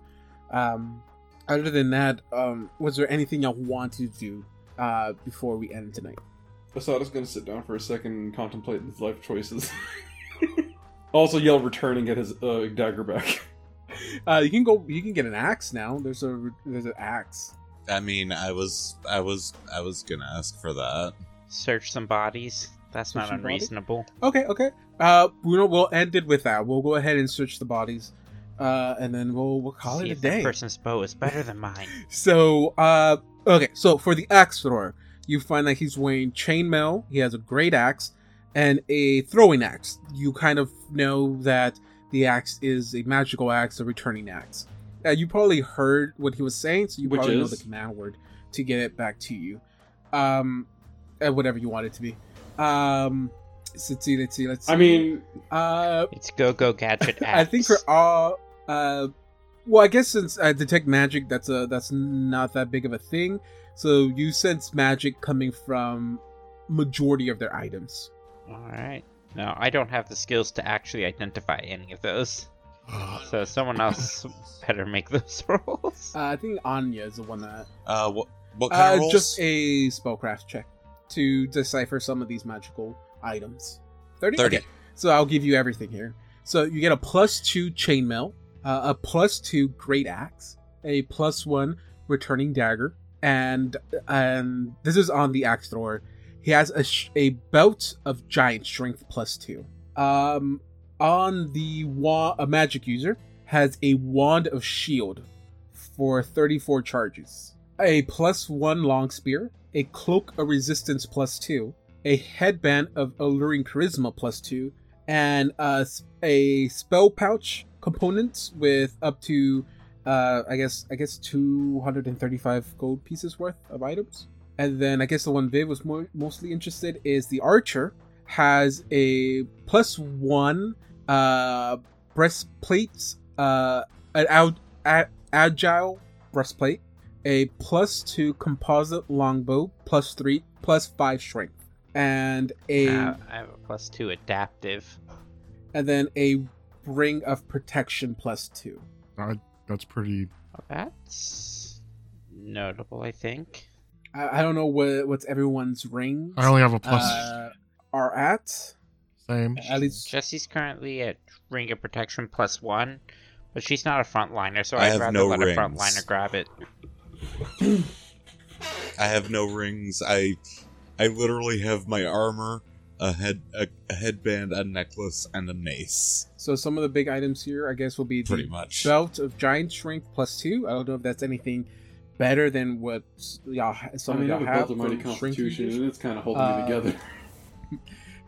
Um, other than that, um, was there anything y'all wanted to do uh, before we end tonight?
Asada's gonna sit down for a second and contemplate his life choices. also, yell return and get his uh, dagger back.
Uh, you can go. You can get an axe now. There's a there's an axe.
I mean, I was, I was, I was gonna ask for that.
Search some bodies. That's
Search
not
some body?
unreasonable.
Okay, okay. Uh, Bruno, we'll end it with that. We'll go ahead and search the bodies, uh, and then we'll we'll call
See
it a
if that
day.
person's bow is better than mine.
So, uh, okay. So for the axe thrower, you find that he's wearing chainmail. He has a great axe and a throwing axe. You kind of know that the axe is a magical axe, a returning axe. Uh, you probably heard what he was saying, so you
Which
probably know
is?
the command word to get it back to you, um, uh, whatever you want it to be. Um, so let's see, let's see, let's see.
I mean,
uh,
It's go go gadget axe.
I think for all, uh, well, I guess since I detect magic, that's a that's not that big of a thing. So you sense magic coming from majority of their items.
All right. No, I don't have the skills to actually identify any of those. So someone else better make those rolls.
Uh, I think Anya is the one that
Uh, what, what kind
uh,
of rolls?
just a spellcraft check to decipher some of these magical items. Thirty.
Thirty.
So I'll give you everything here. So you get a plus two chainmail, uh, a plus two great axe, a plus one returning dagger, and and this is on the axe thrower. He has a sh- a belt of giant strength plus two. Um, on the wa- a magic user has a wand of shield for thirty four charges, a plus one long spear, a cloak of resistance plus two, a headband of alluring charisma plus two, and a, s- a spell pouch components with up to uh i guess i guess 235 gold pieces worth of items and then i guess the one viv was mo mostly interested is the archer has a plus one uh breastplate uh an out a- agile breastplate a plus two composite longbow plus three plus five strength and a
Uh, I have a plus two adaptive.
and then a ring of protection plus two.
That's pretty.
Well, Oh, that's notable, I think.
I, I don't know what what's everyone's rings
I only have a plus.
uh, are at.
same.
At least
Jesse's currently at ring of protection plus one, but she's not a frontliner, so
I
I'd
have
rather
no
let
rings.
a frontliner grab it.
I have no rings. I I literally have my armor, a head a, a headband, a necklace, and a mace.
so. Some of the big items here, I guess, will be
Pretty
the
much.
belt of giant strength plus two. I don't know if that's anything better than what s- y'all ha- some
I mean, I
of
have
y'all
built
have.
a mighty
from strength
constitution,
users.
and it's kind of holding
Uh,
me together.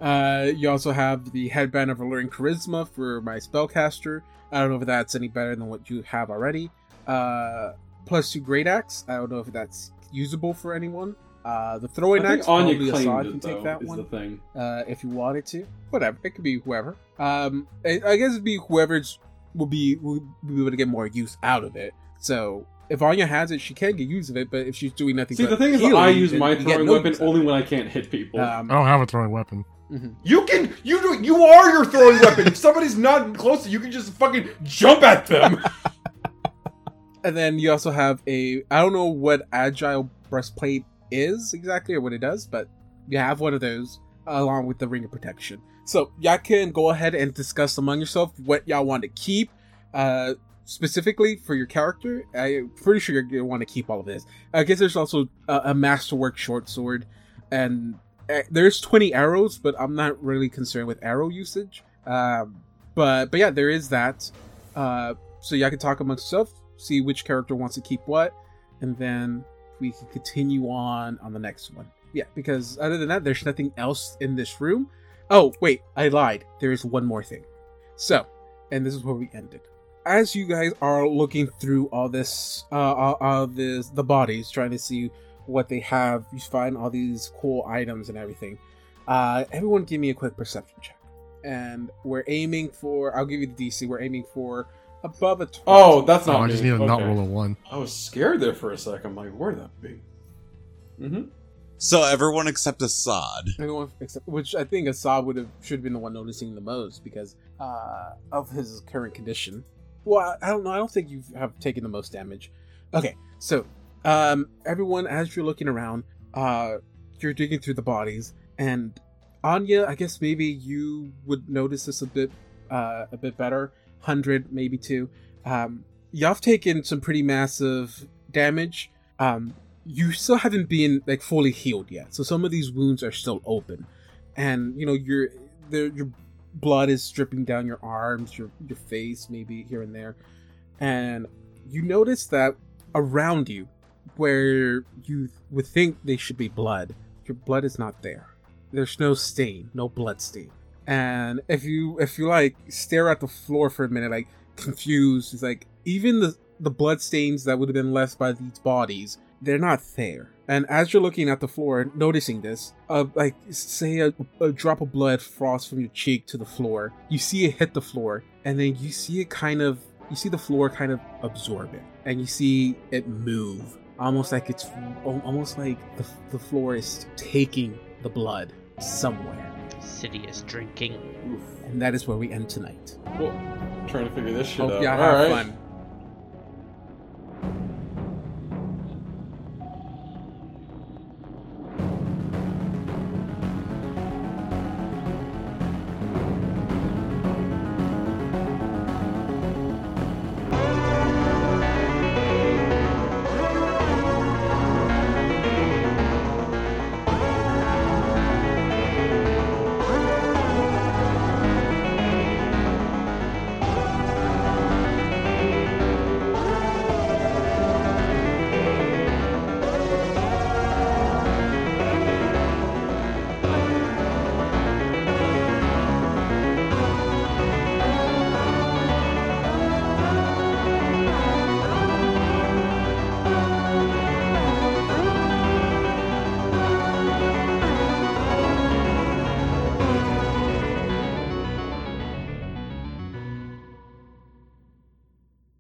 Uh, you also have the headband of alluring charisma for my spellcaster. I don't know if that's any better than what you have already. Uh, plus two great axe. I don't know if that's usable for anyone. Uh, the
I
throwing axe.
think Anya
probably Assad
claimed
can
it,
take
though,
that
is
one
the thing.
uh, if you wanted to. Whatever, it could be whoever. Um, I I guess it'd be whoever's will be will be able to get more use out of it. So if Anya has it, she can get use of it. But if she's doing nothing,
See,
but
the thing is,
healing,
I use
then
my
you get
throwing
no
weapon
use out of
only
it.
when I can't hit people.
Um,
I don't have a throwing weapon.
you can, you do, you are your throwing weapon. If somebody's not close, you can just fucking jump at them.
And then you also have a I don't know what agile breastplate is exactly or what it does, but you have one of those along with the ring of protection. So y'all can go ahead and discuss among yourself what y'all want to keep, uh, specifically for your character. I'm pretty sure you're gonna want to keep all of this. I guess there's also a, a masterwork short sword, and uh, there's 20 arrows, but I'm not really concerned with arrow usage. Um, but but yeah, there is that. Uh, so y'all can talk amongst yourself, see which character wants to keep what, and then we can continue on on the next one. Yeah, because other than that, there's nothing else in this room. Oh wait, I lied. There is one more thing. So, and this is where we ended. As you guys are looking through all this, uh, all, all this, the bodies, trying to see what they have, you find all these cool items and everything. Uh, everyone, give me a quick perception check, and we're aiming for. I'll give you the DC. We're aiming for above a. 20.
oh, that's
No,
not.
I just
me.
need to not
Okay.
roll a one.
I was scared there for a second. I'm like, where'd that be? Mm-hmm.
So everyone except Assad.
Everyone except, which I think Assad would have should have been the one noticing the most because uh, of his current condition. Well, I I don't know. I don't think you have taken the most damage. Okay, so um, everyone, as you're looking around, uh, you're digging through the bodies, and Anya, I guess maybe you would notice this a bit, uh, a bit better. Hundred, maybe two. Um, y'all've taken some pretty massive damage. Um, you still haven't been like fully healed yet so some of these wounds are still open and you know your their your blood is dripping down your arms your your face maybe here and there and you notice that around you where you would think they should be blood your blood is not there there's no stain no blood stain and if you if you like stare at the floor for a minute like confused it's like even the the blood stains that would have been left by these bodies they're not there. And as you're looking at the floor, and noticing this, uh, like say a, a drop of blood falls from your cheek to the floor. You see it hit the floor, and then you see it kind of, you see the floor kind of absorb it, and you see it move, almost like it's, al- almost like the, the floor is taking the blood somewhere.
City is drinking.
Oof.
And that is where we end tonight.
Well, trying to figure this shit
Hope
out.
y'all
All
have
right.
fun.